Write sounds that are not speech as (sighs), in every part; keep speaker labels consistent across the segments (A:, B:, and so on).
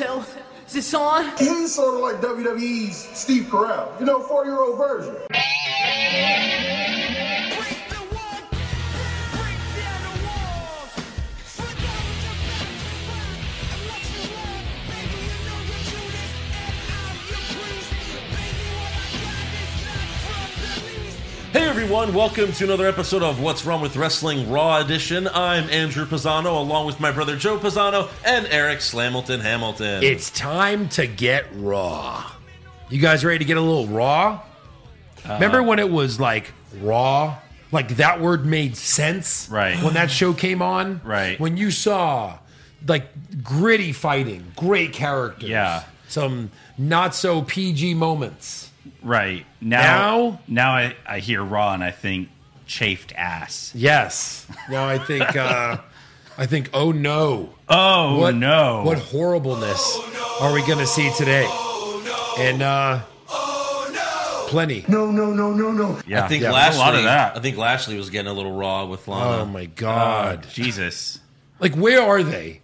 A: Oh,
B: this on?
C: He's sort of like WWE's Steve Carell, you know, 40 year old version.
D: Break the wall, break down the walls. Forget the past, and what's wrong, baby? You know you're Judas, and I'm your priest. Baby, what I got is not from the least.
E: Hey everyone, welcome to another episode of What's Wrong with Wrestling Raw Edition. I'm Andrew Pisano, along with my brother Joe Pisano and Eric Slamilton Hamilton.
F: It's time to get raw. You guys ready to get a little raw? Remember when it was like raw? Like that word made sense?
G: Right.
F: When that show came on?
G: Right.
F: When you saw like gritty fighting, great characters.
G: Yeah.
F: Some not so PG moments.
G: Right. Now
F: Now?
G: now I, I hear Raw and I think chafed ass.
F: Yes. Now I think uh I think oh no.
G: Oh no.
F: What horribleness are we going to see today? And uh plenty.
C: No, no, no, no, no.
G: Yeah.
E: I think
F: Yeah,
G: there's
E: Lashley,
G: a lot of that.
E: I think Lashley was getting a little raw with Lana.
F: Oh my god.
G: Oh, Jesus.
F: Like where are they?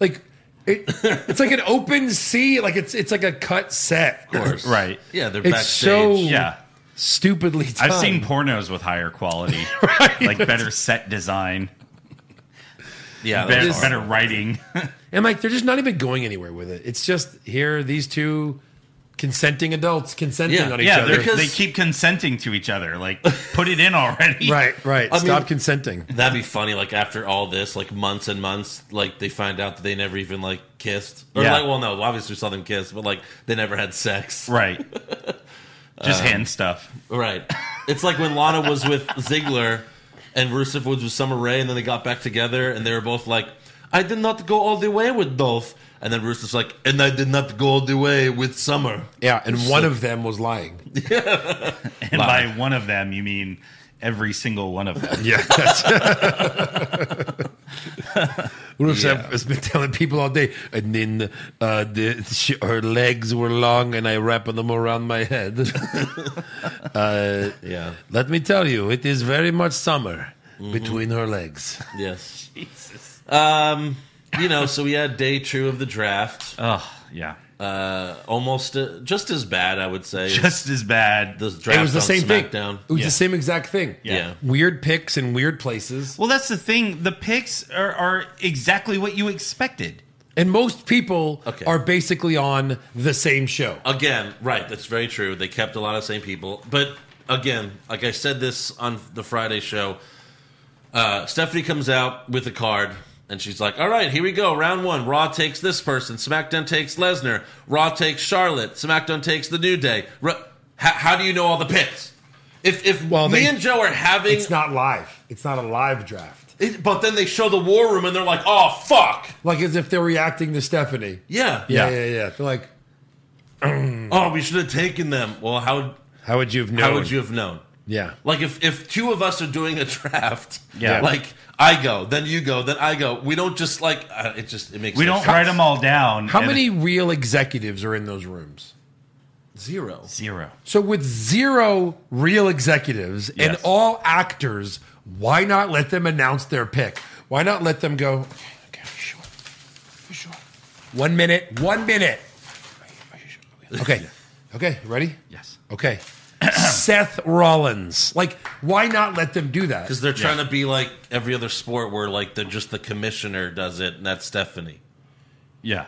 F: Like (laughs) it, it's like an open sea, like it's it's like a cut set. Of course.
G: (laughs) Right.
E: yeah, they're
F: It's so
E: backstage.
G: Yeah.
F: Stupidly timed.
G: I've seen pornos with
F: (laughs)
G: higher quality, like better set design,
E: yeah, that
G: better,
E: was (laughs)
G: better writing. (laughs)
F: and like they're just not even going anywhere with it. It's just here are these two consenting adults consenting
E: Yeah,
F: on each
G: yeah,
F: other.
G: they're-
E: Because-
G: they keep consenting to each other. Like, put it in already.
F: (laughs) Right, right.
E: I
F: Stop
E: mean-
F: consenting.
E: That'd be funny. Like after all this, like months and months, like they find out that they never even like kissed, or
G: Yeah.
E: like, well, no, obviously we saw them kiss, but like they never had sex.
G: Right.
E: (laughs) Um,
G: Just hand stuff.
E: Right. It's like when Lana was with Ziggler and Rusev was with Summer Rae, and then they got back together, and they were both like, I did not go all the way with Dolph. And then Rusev's like, and I did not go all the way with Summer.
F: Yeah, and one of them was lying.
G: And by one of them, you mean every single one of them.
F: Yeah. That's (laughs) Rusev has been telling people all day, and then uh, the, she, her legs were long, and I wrapped them around my head. (laughs) uh,
E: Yeah.
F: let me tell you, it is very much summer
E: Mm-hmm.
F: between her legs.
E: Yes. (laughs) Jesus. Um, you know, so we had day two of the draft.
G: Oh, yeah.
E: Uh, almost uh, just as bad, I would say.
G: Just as bad.
E: the draft
F: it was the
E: on
F: same
E: SmackDown.
F: thing. It was the same exact thing.
E: Yeah.
F: Weird picks in weird places,
G: Well, that's the thing. The picks are, are exactly what you expected.
F: and most people
E: Okay.
F: are basically on the same show.
E: Again, right. That's very true. They kept a lot of the same people. But again, like I said this on the Friday show, uh, Stephanie comes out with a card and she's like, all right, here we go. Round one. Raw takes this person. SmackDown takes Lesnar. Raw takes Charlotte. SmackDown takes The New Day. Ra- how, how do you know all the picks? If, if
F: Well,
E: me
F: they-
E: and Joe are having.
F: It's not live. It's not a live draft.
E: it- but then they show the war room and they're like, oh, fuck.
F: Like as if they're reacting to Stephanie.
E: Yeah.
F: Yeah, yeah, yeah. They're like,
E: Oh, we should have taken them. Well, how,
F: how would you have known?
E: how would you have known?
F: Yeah.
E: Like if if two of us are doing a draft, (laughs)
G: Yeah.
E: Like I go, then you go, then I go. We don't just like uh, it. Just it makes
G: We
E: no
G: don't
E: sense.
G: write them all down.
F: How
G: and-
F: many real executives are in those rooms?
E: zero.
G: Zero.
F: So with zero real executives and
G: Yes.
F: all actors, why not let them announce their pick? Why not let them go? Okay, okay, for sure, for sure. One minute. One minute. Okay. Okay. you Ready?
G: Yes.
F: Okay. Seth Rollins. Like, why not let them do that?
E: Because they're trying to be like every other sport where like they're just the commissioner does it, and that's Stephanie.
G: Yeah.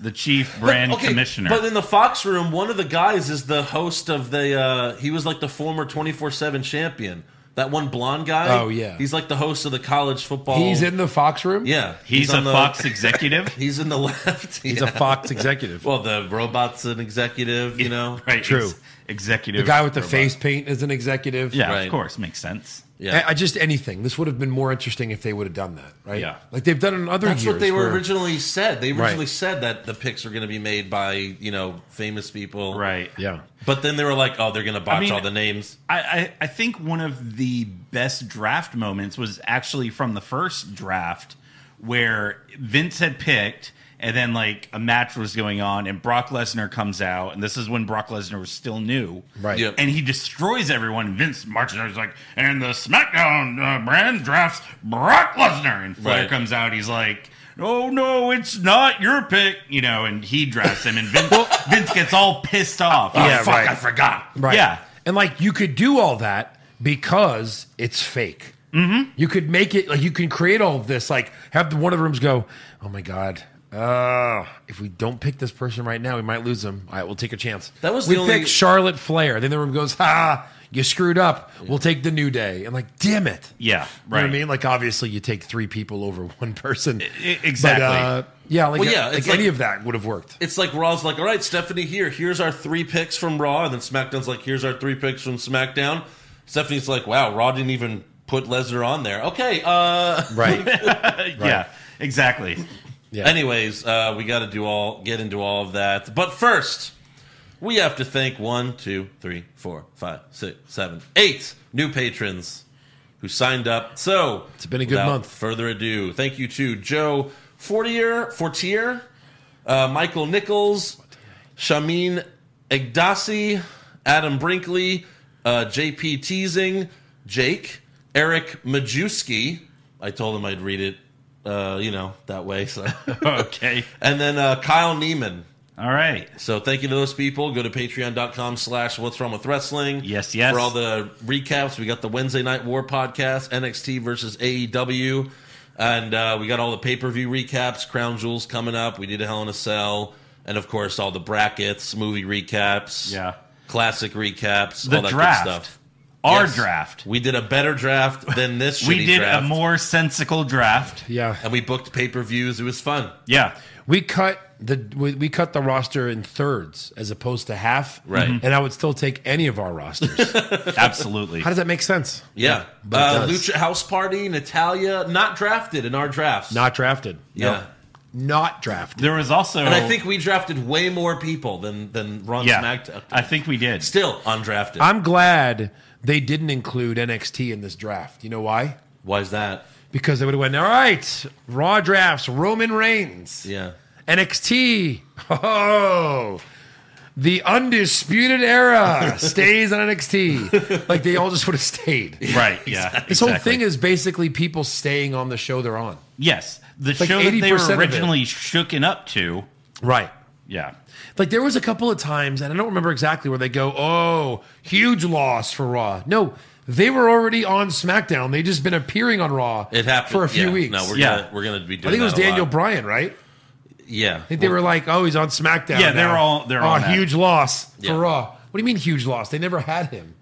G: The (laughs) chief brand
E: Okay,
G: commissioner.
E: But in the Fox room, one of the guys is the host of the. uh He was like the former twenty four seven champion. That one blonde guy.
F: Oh, yeah.
E: He's like the host of the college football.
F: He's in the Fox room.
E: Yeah,
G: he's, a
E: on the-
G: (laughs) Fox executive.
E: (laughs) He's in the left.
F: He's
E: yeah.
F: a Fox (laughs) executive.
E: Well, the robot's an executive, you
G: (laughs)
E: know.
G: right.
F: True.
G: he's Executive.
F: the guy with the
G: robot.
F: face paint is an executive.
G: Yeah,
E: Right.
G: of course. Makes sense.
E: Yeah.
F: I, I just anything. This would have been more interesting if they would have done that, right?
G: Yeah.
F: Like they've done in other
E: That's
F: years.
E: what they were
F: where-
E: originally said. They originally
F: Right.
E: said that the picks were going to be made by you know famous people,
G: Right.
F: Yeah.
E: But then they were like, oh, they're going to botch
G: mean-
E: all the names.
G: I, I, I think one of the best draft moments was actually from the first draft where Vince had picked And then like a match was going on, and Brock Lesnar comes out, and this is when Brock Lesnar was still new,
F: Right.
E: Yep.
G: And he destroys everyone. Vince marches out, he's like, and the SmackDown uh, brand drafts Brock Lesnar, and Flair
E: Right.
G: comes out, he's like. Oh no, it's not your pick, you know, and he drafts him, and Vince, Vince gets all pissed off.
F: Yeah,
G: oh, fuck,
F: right.
G: I forgot.
F: Right.
G: Yeah,
F: And like you could do all that because it's fake. Mm-hmm. You could make it like you can create all of this. Like have the, one of the rooms go, oh my god. Uh, if we don't pick this person right now, we might lose them. All right, we'll take a chance.
E: That was
F: we
E: the only-
F: pick Charlotte Flair. Then the room goes, "Ha, you screwed up. We'll take the New Day." And like, damn it,
G: yeah,
F: You know
G: right.
F: what I mean, like, obviously, you take three people over (laughs) one person.
G: e- exactly.
F: But, uh, yeah, like,
E: Well, yeah,
F: like
E: it's
F: any
E: like-
F: of that would have worked.
E: (laughs) It's like Raw's like, all right, Stephanie, here, here's our three picks from Raw, and then SmackDown's like, here's our three picks from SmackDown. Stephanie's like, wow, Raw didn't even put Lesnar on there. Okay, uh,
F: Right.
G: Yeah,
E: (laughs)
G: exactly.
F: Yeah.
E: Anyways, uh, we got to do all get into all of that, but first we have to thank one, two, three, four, five, six, seven, eight new patrons who signed up. So
F: It's been a good
E: without
F: month.
E: Further ado, thank you to Joe Fortier, Fortier, uh, Michael Nichols, Shamin Egdasi, Adam Brinkley, uh, JP Teasing, Jake, Eric Majewski. I told him I'd read it, uh, you know, that way. So. (laughs)
G: okay.
E: and then uh, Kyle Neiman.
G: All right.
E: So thank you to those people. Go to patreon.com slash what's wrong with wrestling.
G: Yes, yes.
E: For all the recaps. We got the Wednesday Night War podcast, NXT versus AEW. And uh, we got all the pay per view recaps, Crown Jewels coming up. We did a Hell in a Cell. And of course, all the brackets, movie recaps,
G: Yeah.
E: classic recaps,
G: The
E: all that
G: draft.
E: good stuff.
G: Our
E: Yes.
G: draft.
E: We did a better draft than this shitty
G: (laughs) We did
E: draft.
G: a more sensical draft.
F: yeah.
E: And we booked pay per views. It was fun.
G: Yeah.
F: we cut the we, we cut the roster in thirds as opposed to half Mm-hmm.
E: Right. Mhm.
F: and i would still take any of our rosters
G: (laughs)
F: how
G: Absolutely.
F: does that make sense
E: Yeah.
F: but it
E: Uh,
F: does.
E: Lucha House Party, Natalia, not drafted in our drafts.
F: not drafted
E: Yeah.
F: Nope. not drafted
G: There was also
E: And I think we drafted way more people than than Ron
G: yeah.
E: SmackDown.
G: I think we
E: (laughs)
G: did.
E: Still undrafted.
F: i'm glad they didn't include nxt in this draft you know why
E: Why is that?
F: because they would have went all right raw drafts roman reigns
E: Yeah.
F: nxt oh the undisputed era stays on
E: (laughs)
F: nxt like they all just would have stayed
G: Right. Yeah.
F: This whole thing is basically people staying on the show they're on.
G: Yes. The
F: like
G: show that they
F: 80%
G: were
F: of it.
G: originally shooken up to.
F: Right.
G: Yeah.
F: Like there was a couple of times, and I don't remember exactly where they go, oh, huge loss for Raw. No, they were already on SmackDown. They just been appearing on Raw
E: It happened
F: for a few
E: yeah.
F: weeks.
E: No, we're
G: Yeah.
E: gonna we're gonna be
F: I
E: doing.
F: think it was
E: that a
F: Daniel
E: lot.
F: Bryan, right? I
E: yeah.
F: think they were like, oh, he's on SmackDown.
G: Yeah, they're
F: now.
G: all- they're
F: oh,
G: all that.
F: huge loss
E: Yeah.
F: for Raw. What do you mean huge loss? They never had him.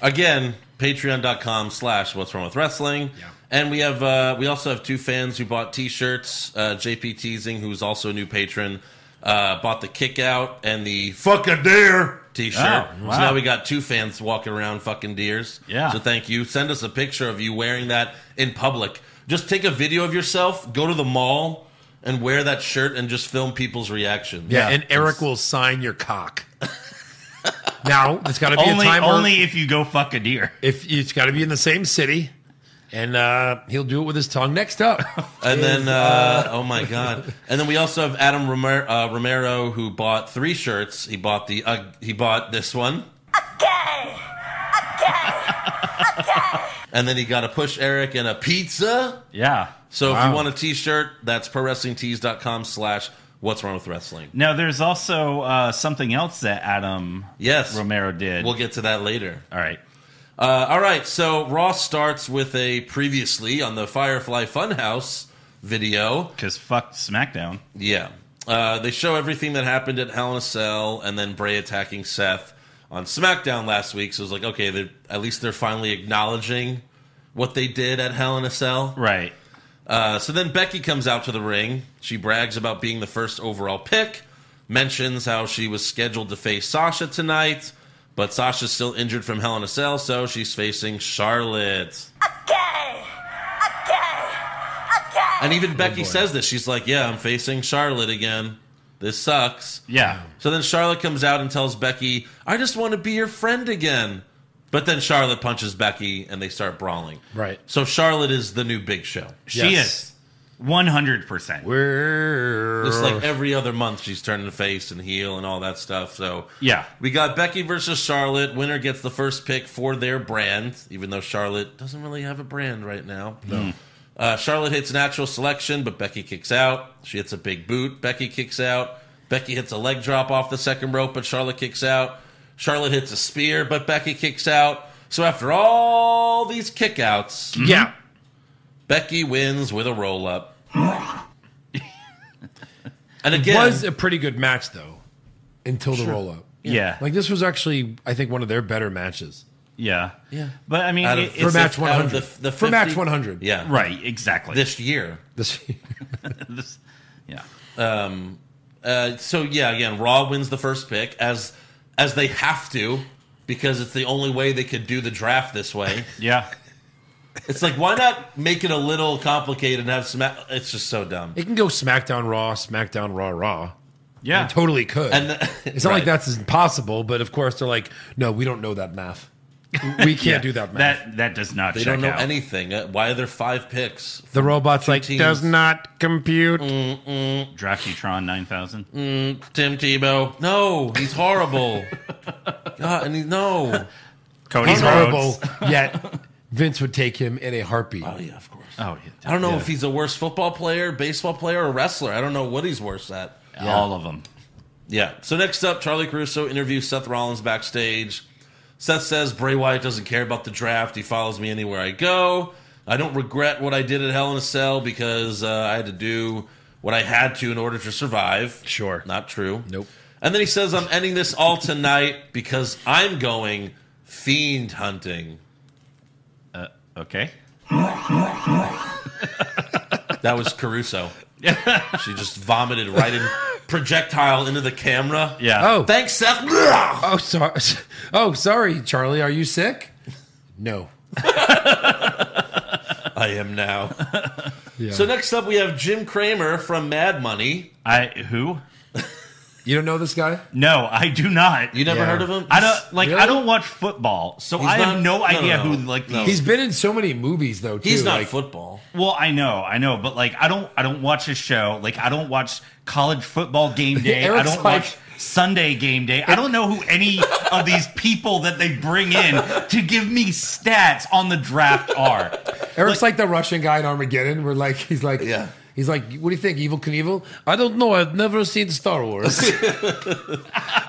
E: Again, patreon.com slash what's wrong with wrestling.
F: Yeah.
E: And we have uh we also have two fans who bought t shirts, uh JP Teasing, who's also a new patron, uh bought the kick out and the
F: Fuck a dare.
E: T-shirt.
G: Oh, wow.
E: So now we got two fans walking around fucking deers.
G: Yeah.
E: So thank you. Send us a picture of you wearing that in public. Just take a video of yourself. Go to the mall and wear that shirt and just film people's reaction.
F: Yeah, and Eric will sign your cock. (laughs) now, it's got to be a
G: Only
F: time where-
G: only if you go fuck a deer.
F: if it's got to be in the same city, and uh, he'll do it with his tongue. Next up,
E: And then,
G: (laughs)
E: uh, oh my god! And then we also have Adam Romero, uh, Romero who bought three shirts. He bought the uh, he bought this one, (laughs) and then he got a push Eric and a pizza.
G: Yeah.
E: So if
F: Wow.
E: you want a T-shirt, that's prowrestlingtees.com slash What's Wrong with Wrestling.
G: Now there's also uh, something else that Adam
E: Yes.
G: Romero did.
E: We'll get to that later.
G: All right.
E: Uh, all right, so Ross starts with a previously on the Firefly Funhouse video.
G: Because fuck SmackDown.
E: Yeah. Uh, they show everything that happened at Hell in a Cell and then Bray attacking Seth on SmackDown last week. So it's like, okay, they're, at least they're finally acknowledging what they did at Hell in a Cell.
G: Right.
E: Uh, so then Becky comes out to the ring. She brags about being the first overall pick, mentions how she was scheduled to face Sasha tonight, but Sasha's still injured from Hell in a Cell, so she's facing Charlotte. And even Becky says this. She's like, Yeah, I'm facing Charlotte again. This sucks.
G: Yeah.
E: So then Charlotte comes out and tells Becky, I just want to be your friend again. But then Charlotte punches Becky and they start brawling.
F: (laughs) Right.
E: So Charlotte is the new big show.
G: She
F: Yes.
G: is. One hundred percent.
F: We're
E: It's like every other month she's turning face and heel and all that stuff. So
G: Yeah.
E: we got Becky versus Charlotte. Winner gets the first pick for their brand, even though Charlotte doesn't really have a brand right now. No. Uh, Charlotte hits natural selection, but Becky kicks out. She hits a big boot. Becky kicks out. Becky hits a leg drop off the second rope, but Charlotte kicks out. Charlotte hits a spear, but Becky kicks out. So after all these kickouts,
F: yeah.
E: Becky wins with a roll up. and again,
F: Was a pretty good match though, until the roll up.
G: Yeah.
F: Like this was actually, I think, one of their better matches.
G: yeah.
E: Yeah.
G: But I mean,
E: Out
G: it-
E: of-
G: it's
F: For match
E: if-
F: one
E: out of
F: hundred.
E: the- the
F: For match
E: 50
F: one hundred.
E: yeah,
G: right. Exactly.
E: this year.
F: This,
G: This- yeah.
E: Uh, so yeah, again, Raw wins the first pick as as they have to because it's the only way they could do the draft this
F: (laughs)
E: way.
G: Yeah.
E: it's like why not make it a little complicated and have sma It's just so dumb.
F: (laughs) it can go SmackDown Raw, SmackDown Raw Raw.
G: Yeah.
F: It totally could.
E: And the-
F: (laughs)
E: (laughs)
F: it's not like
E: Right.
F: that's impossible, but of course they're like, no, we don't know that math.
E: (laughs)
F: We can't
G: Yeah.
F: do that math.
G: That that does not.
E: They
G: check
E: don't know
G: out.
E: anything. Uh, why are there five picks?
F: the robot's like
E: teams.
F: does not compute.
E: Mm.
G: Draftutron nine thousand.
E: Tim Tebow. No, he's
F: (laughs)
E: horrible. God, and he, Oh, no.
G: Cody's
F: He's horrible.
G: Rhodes.
E: (laughs)
F: yet Vince would take him in a heartbeat.
E: Oh yeah, of course.
G: Oh,
E: I
G: yeah.
E: don't know if he's a worse football player, baseball player, or wrestler. I don't know what he's worse at.
G: all of them.
E: Yeah. So next up, Charlie Caruso interviews Seth Rollins backstage. Seth says Bray Wyatt doesn't care about the draft. He follows me anywhere I go. I don't regret what I did at Hell in a Cell because uh, I had to do what I had to in order to survive.
F: Sure.
E: Not true.
F: Nope.
E: And then he says, I'm ending this all tonight because I'm going fiend hunting.
G: Okay.
E: That was
F: (laughs)
E: Caruso. she just vomited right in projectile into the camera.
G: Yeah.
F: Oh,
E: Thanks, Seth.
F: oh, sorry. (laughs) Oh, sorry, Charlie. Are you sick? No.
E: I am now.
F: (laughs) Yeah.
E: So next up, we have Jim Kramer from Mad Money.
G: I who?
F: you don't know this guy?
G: No, I do not.
E: You never
F: Yeah.
E: heard of him?
G: I don't like.
F: Really?
G: I don't watch football, so
E: He's
G: I
E: not-
G: have no,
E: no, no,
G: idea
E: no.
G: who like.
E: No.
F: He's
G: These,
F: been in so many movies though. Too.
E: He's not
F: like,
E: football.
G: well, I know, I know, but like, I don't, I don't watch his show. Like, I don't watch college football
F: (laughs)
G: game day. I
F: Eric's
G: don't
F: like-
G: watch Sunday game day. I don't know who any of these people that they bring in to give me stats on the draft are.
F: Eric's like, the Russian guy in Armageddon. Where like he's like
E: Yeah.
F: He's like, what do you think, Evil Knievel? I don't know. I've never seen Star
G: (laughs)
F: Wars.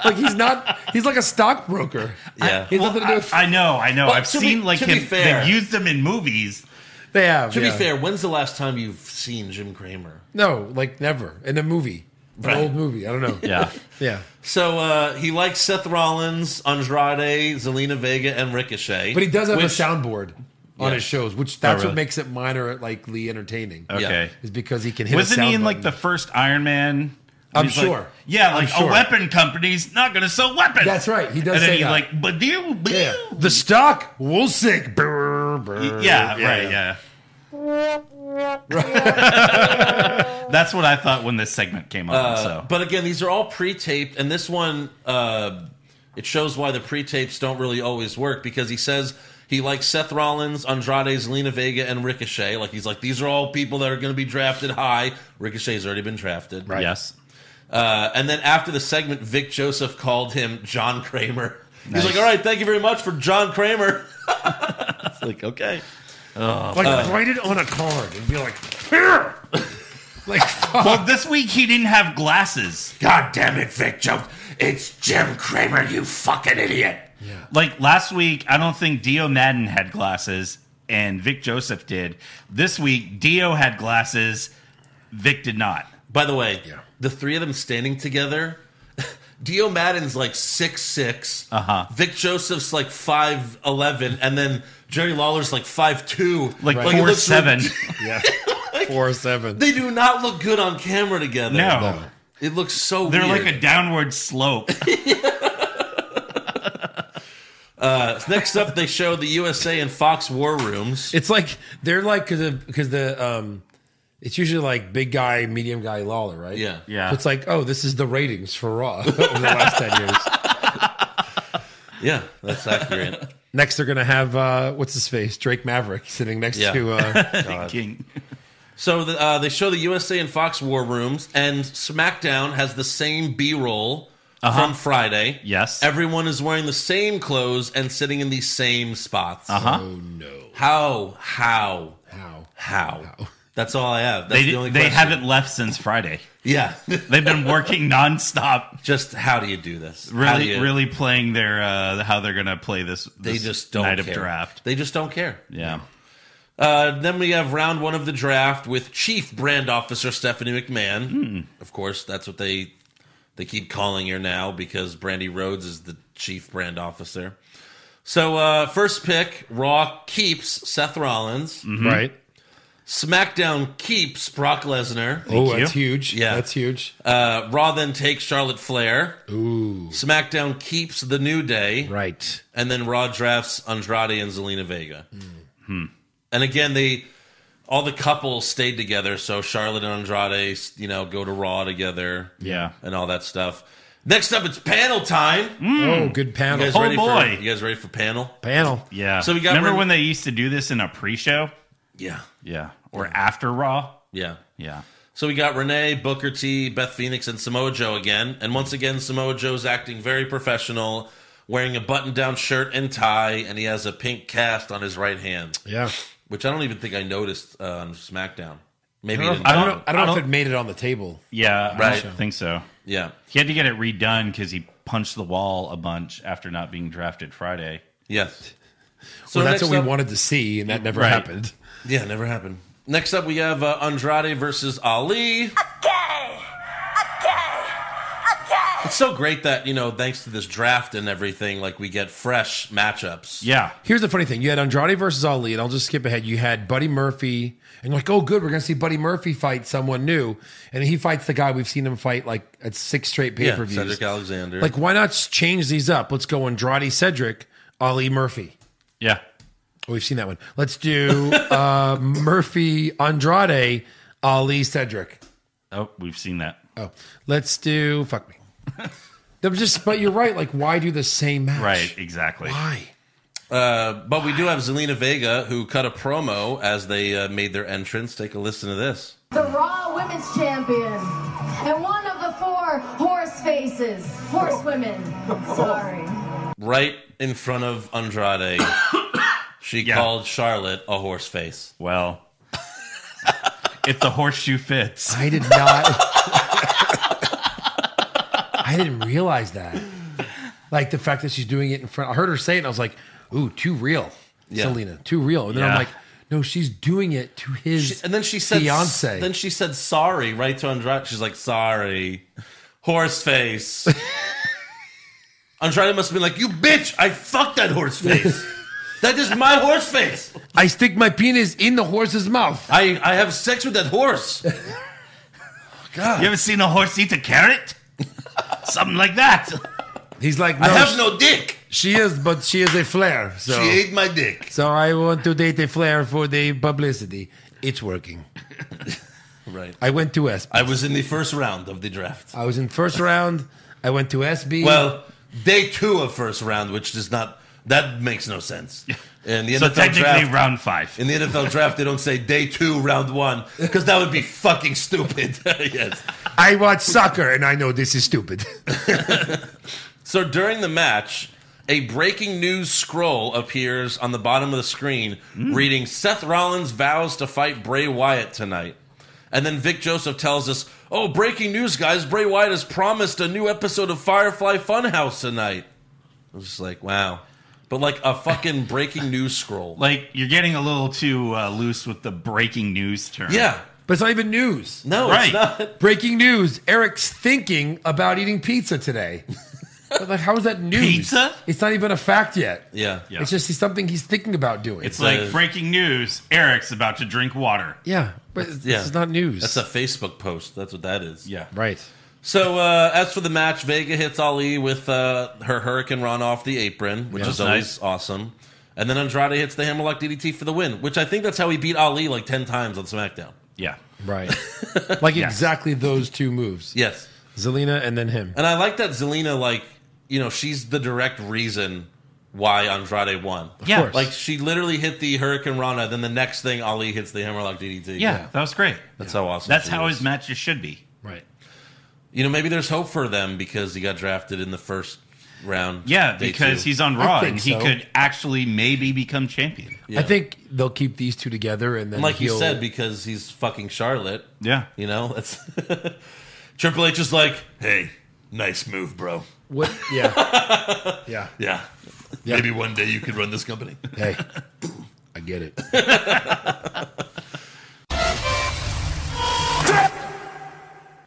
F: like he's not. He's like a stockbroker.
E: Yeah.
F: He's
G: Well,
F: nothing to do
G: I,
F: with.
G: I know, I know.
E: Well,
G: I've
E: to be-
G: seen like
E: to be
G: him.
E: fair-
G: They've used him in movies.
F: they have.
E: To
F: yeah.
E: be fair, when's the last time you've seen Jim Kramer?
F: no, like never in a movie,
E: Right.
F: an old movie. I don't know.
G: Yeah.
F: yeah.
E: So uh, he likes Seth Rollins, Andrade, Zelina Vega, and Ricochet.
F: But he does have a
E: which-
F: soundboard on
E: Yeah.
F: his shows, which that's
G: Oh, really?
F: what makes it minor, likely entertaining.
G: Okay.
F: Is because he can hit.
G: Wasn't
F: a sound
G: he in like
F: button.
G: the first Iron Man?
F: I'm
G: He's like-
F: sure.
G: yeah,
F: I'm
G: like
F: sure.
G: a weapon company's not going to sell weapons.
F: That's right, he does
G: And then
F: say
G: he's
F: that.
G: like, but do
F: Yeah. The stock will sink. Brr,
G: yeah,
F: brr.
G: right, yeah. (laughs) That's what I thought when this segment came on.
E: Uh,
G: so,
E: But again, these are all pre-taped, and this one uh, it shows why the pre-tapes don't really always work because he says he likes Seth Rollins, Andrade, Zelina Vega, and Ricochet. Like he's like these are all people that are going to be drafted high. Ricochet's already been drafted,
F: Right.
G: yes,
E: Uh, and then after the segment, Vic Joseph called him John Kramer. He's
G: Nice.
E: like, "All right, thank you very much for John Kramer." (laughs) it's like, okay,
F: Like write it on a card and be like, here. (laughs) like fuck.
G: well, this week he didn't have glasses.
B: God damn it, Vic Jones. It's Jim Kramer, you fucking idiot.
G: Like last week, I don't think Dio Madden had glasses, and Vic Joseph did. This week, Dio had glasses, Vic did not.
E: By the way,
F: Yeah.
E: the three of them standing together. (laughs) Dio Madden's like six six. Uh
G: Uh-huh.
E: huh. Vic Joseph's like five eleven, and then Jerry Lawler's like five two.
G: Like
E: it
G: four
E: looks
G: seven.
E: rid-
F: yeah. Four seven.
E: they do not look good on camera together.
G: no.
E: it looks so.
G: (laughs) They're
E: weird.
G: like a
B: (laughs)
G: downward slope.
E: Next up, they show the USA and Fox War Rooms.
G: (laughs)
F: It's like they're like because because the um, it's usually like big guy, medium guy, Lawler, right?
E: yeah,
G: Yeah.
F: So it's like, oh, this is the ratings for Raw (laughs) over the last ten years.
E: yeah, that's accurate.
F: (laughs)
E: (laughs)
F: Next, they're gonna have uh, what's his face, Drake Maverick, sitting next
E: Yeah.
F: to uh,
G: King.
E: So the, uh, they show the USA and Fox war rooms, and SmackDown has the same B roll from Friday.
G: Uh-huh. Yes.
E: Everyone is wearing the same clothes and sitting in the same spots.
G: Uh huh.
F: Oh no.
E: How? How?
F: How?
E: How? That's all I have. That's
G: They,
E: the only
G: they
E: question.
G: haven't left since Friday.
E: Yeah. (laughs)
G: They've been working nonstop,
E: just how do you do this? How do
G: really,
E: you-
G: really playing their uh, how they're gonna play this.
E: They
G: this
E: just don't
G: night
E: care.
G: of draft.
E: They just don't care.
G: Yeah.
E: Uh, then we have round one of the draft with Chief Brand Officer Stephanie McMahon. Of course, that's what they they keep calling her now because Brandy Rhodes is the Chief Brand Officer. So uh, first pick, Raw keeps Seth Rollins.
F: Right.
E: SmackDown keeps Brock Lesnar.
F: Oh,
G: you.
F: that's huge.
E: Yeah.
F: That's huge.
E: Uh, Raw then takes Charlotte Flair. Ooh. SmackDown keeps the New Day.
F: right.
E: and then Raw drafts Andrade and Zelina Vega. And again, they all the couples stayed together, so Charlotte and Andrade, you know, go to Raw together,
G: Yeah.
E: and all that stuff. Next up, it's panel time.
F: Oh, good
E: You
F: panel.
E: guys
G: Mm. Oh,
E: ready
G: boy.
E: for you guys ready for panel?
F: panel.
G: Yeah.
E: So we got
G: remember
E: rid-
G: when they used to do this in a pre-show?
E: Yeah,
G: Yeah. Or after Raw?
E: yeah.
G: Yeah.
E: So we got Renee, Booker T, Beth Phoenix, and Samoa Joe again. And once again, Samoa Joe's acting very professional, wearing a button-down shirt and tie, and he has a pink cast on his right hand.
F: Yeah.
E: which I don't even think I noticed uh, on SmackDown. Maybe it didn't
F: I don't know.
E: happen.
F: I don't know
G: I
F: if it made it on the table.
G: Yeah. I
E: Right.
G: don't think so.
E: Yeah,
G: He had to get it redone because he punched the wall a bunch after not being drafted Friday.
E: yes. So
F: So that's
E: next
F: what we
E: up-
F: wanted to see, and that never
G: Right.
F: happened.
E: Yeah, it never happened. Next up, we have uh, Andrade versus Ali.
D: Okay. Okay. Okay.
E: It's so great that you know, thanks to this draft and everything, like we get fresh matchups.
G: Yeah.
F: Here's the funny thing: you had Andrade versus Ali, and I'll just skip ahead. You had Buddy Murphy, and you're like, oh, good, we're gonna see Buddy Murphy fight someone new, and he fights the guy we've seen him fight like at six straight pay
E: yeah.
F: per views.
E: Cedric Alexander.
F: like, why not s- change these up? Let's go Andrade, Cedric, Ali, Murphy.
G: Yeah.
F: Oh, we've seen that one.
E: (laughs)
F: Let's do uh, Murphy, Andrade, Ali, Cedric.
G: Oh, we've seen that.
F: Oh, let's do
E: (laughs)
F: fuck me. I'm just, but you're right. Like, why do the same match?
G: Right. Exactly.
F: Why?
E: uh, but we do have Zelina Vega who cut a promo as they uh, made their entrance. Take a listen to this.
H: the Raw Women's Champion and one of the four horse faces, horse
C: (laughs)
H: women. Sorry.
E: Right in front of Andrade, she
G: Yeah.
E: called Charlotte a horse face.
G: Well, (laughs) if the horseshoe fits.
F: I did not. (laughs) I didn't realize that. Like the fact that she's doing it in front. I heard her say it, and I was like, "Ooh, too real,
E: Yeah.
F: Selena, too real." And then I'm
G: Yeah.
F: like, "No, she's doing it to his."
E: and then she said
F: "Fiance."
E: Then she said sorry right to Andrade. She's like sorry, horse
F: (laughs)
E: face. Andrade must have been like you bitch. I fucked that horse face. that is my horse face.
F: I stick my penis in the horse's mouth.
E: I I have sex with that horse. God,
G: You ever seen a horse eat a carrot? Something like that.
F: He's like, "No,
E: I have no dick.
F: she is, but she is a flare." So,
E: She ate my dick.
F: so I want to date a flare for the publicity. It's working.
E: Right.
F: I went to SB.
E: I was in the first round of the draft.
F: I was in first round. I went to SB.
E: Well, day two of first round, which does not that makes no sense. And the
G: So
E: NFL
G: technically,
E: draft,
G: round five.
E: In the NFL draft, they don't say day two, round one, because that would be fucking stupid. (laughs) yes.
F: I watch soccer, and I know this is stupid. (laughs)
E: So during the match, a breaking news scroll appears on the bottom of the screen
G: Mm.
E: reading Seth Rollins vows to fight Bray Wyatt tonight. And then Vic Joseph tells us, Oh, breaking news, guys. Bray Wyatt has promised a new episode of Firefly Funhouse tonight. I was just like, wow. But like a fucking
G: (laughs)
E: breaking news scroll.
G: Like you're getting a little too uh, loose with the breaking news term.
E: yeah.
F: But it's not even news.
E: No,
G: Right.
E: it's not.
F: Breaking news: Eric's thinking about eating pizza today. But like, how is that news?
G: Pizza?
F: It's not even a fact yet.
E: Yeah. Yeah.
F: It's just something he's thinking about doing.
G: It's like
E: a-
G: breaking news. Eric's about to drink water.
F: yeah, but it's,
E: Yeah.
F: it's not news.
E: That's a Facebook post. That's what that is.
G: Yeah.
F: right.
E: So uh, as for the match, Vega hits Ali with uh, her Hurricane Run off the apron, which
G: Yeah.
E: is
G: That's
E: always
G: nice.
E: awesome. And then Andrade hits the Hammerlock DDT for the win, which I think that's how he beat Ali like ten times on SmackDown.
G: Yeah.
E: (laughs)
F: Right. like
G: Yes.
F: exactly those two moves.
E: Yes,
F: Zelina and then him.
E: and I like that Zelina, like you know, she's the direct reason why Andrade won.
G: yeah,
F: course.
E: Like she literally hit the Hurricane Rana, then the next thing Ali hits the Hammerlock DDT.
G: yeah, that was great.
E: that's how awesome.
G: That's
E: she
G: how
E: is.
G: his matches should be.
F: Right.
E: You know, maybe there's hope for them because he got drafted in the first round.
G: Yeah,
E: day
G: because
E: two.
G: he's on Raw
F: think
G: and he
F: so.
G: could actually maybe become champion.
E: Yeah.
F: I think they'll keep these two together, and then
E: And like you
F: he'll-
E: said, because he's fucking Charlotte.
G: Yeah.
E: You know, that's (laughs) Triple H is like, hey, nice move, bro.
F: what? Yeah.
E: (laughs)
F: yeah.
E: Yeah.
F: Yeah.
E: Maybe one day you could run this company.
F: Hey, I get it.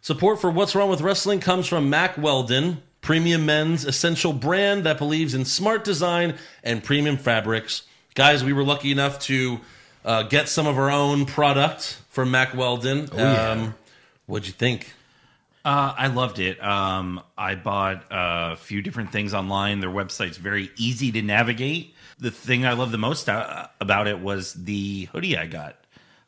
E: Support for What's Wrong with Wrestling comes from Mac Weldon, premium men's essential brand that believes in smart design and premium fabrics. Guys, we were lucky enough to uh, get some of our own product from Mac Weldon. Um,
F: yeah.
E: what'd you think?
G: Uh, I loved it. Um, I bought a few different things online. Their website's very easy to navigate. The thing I love the most uh, about it was the hoodie I got.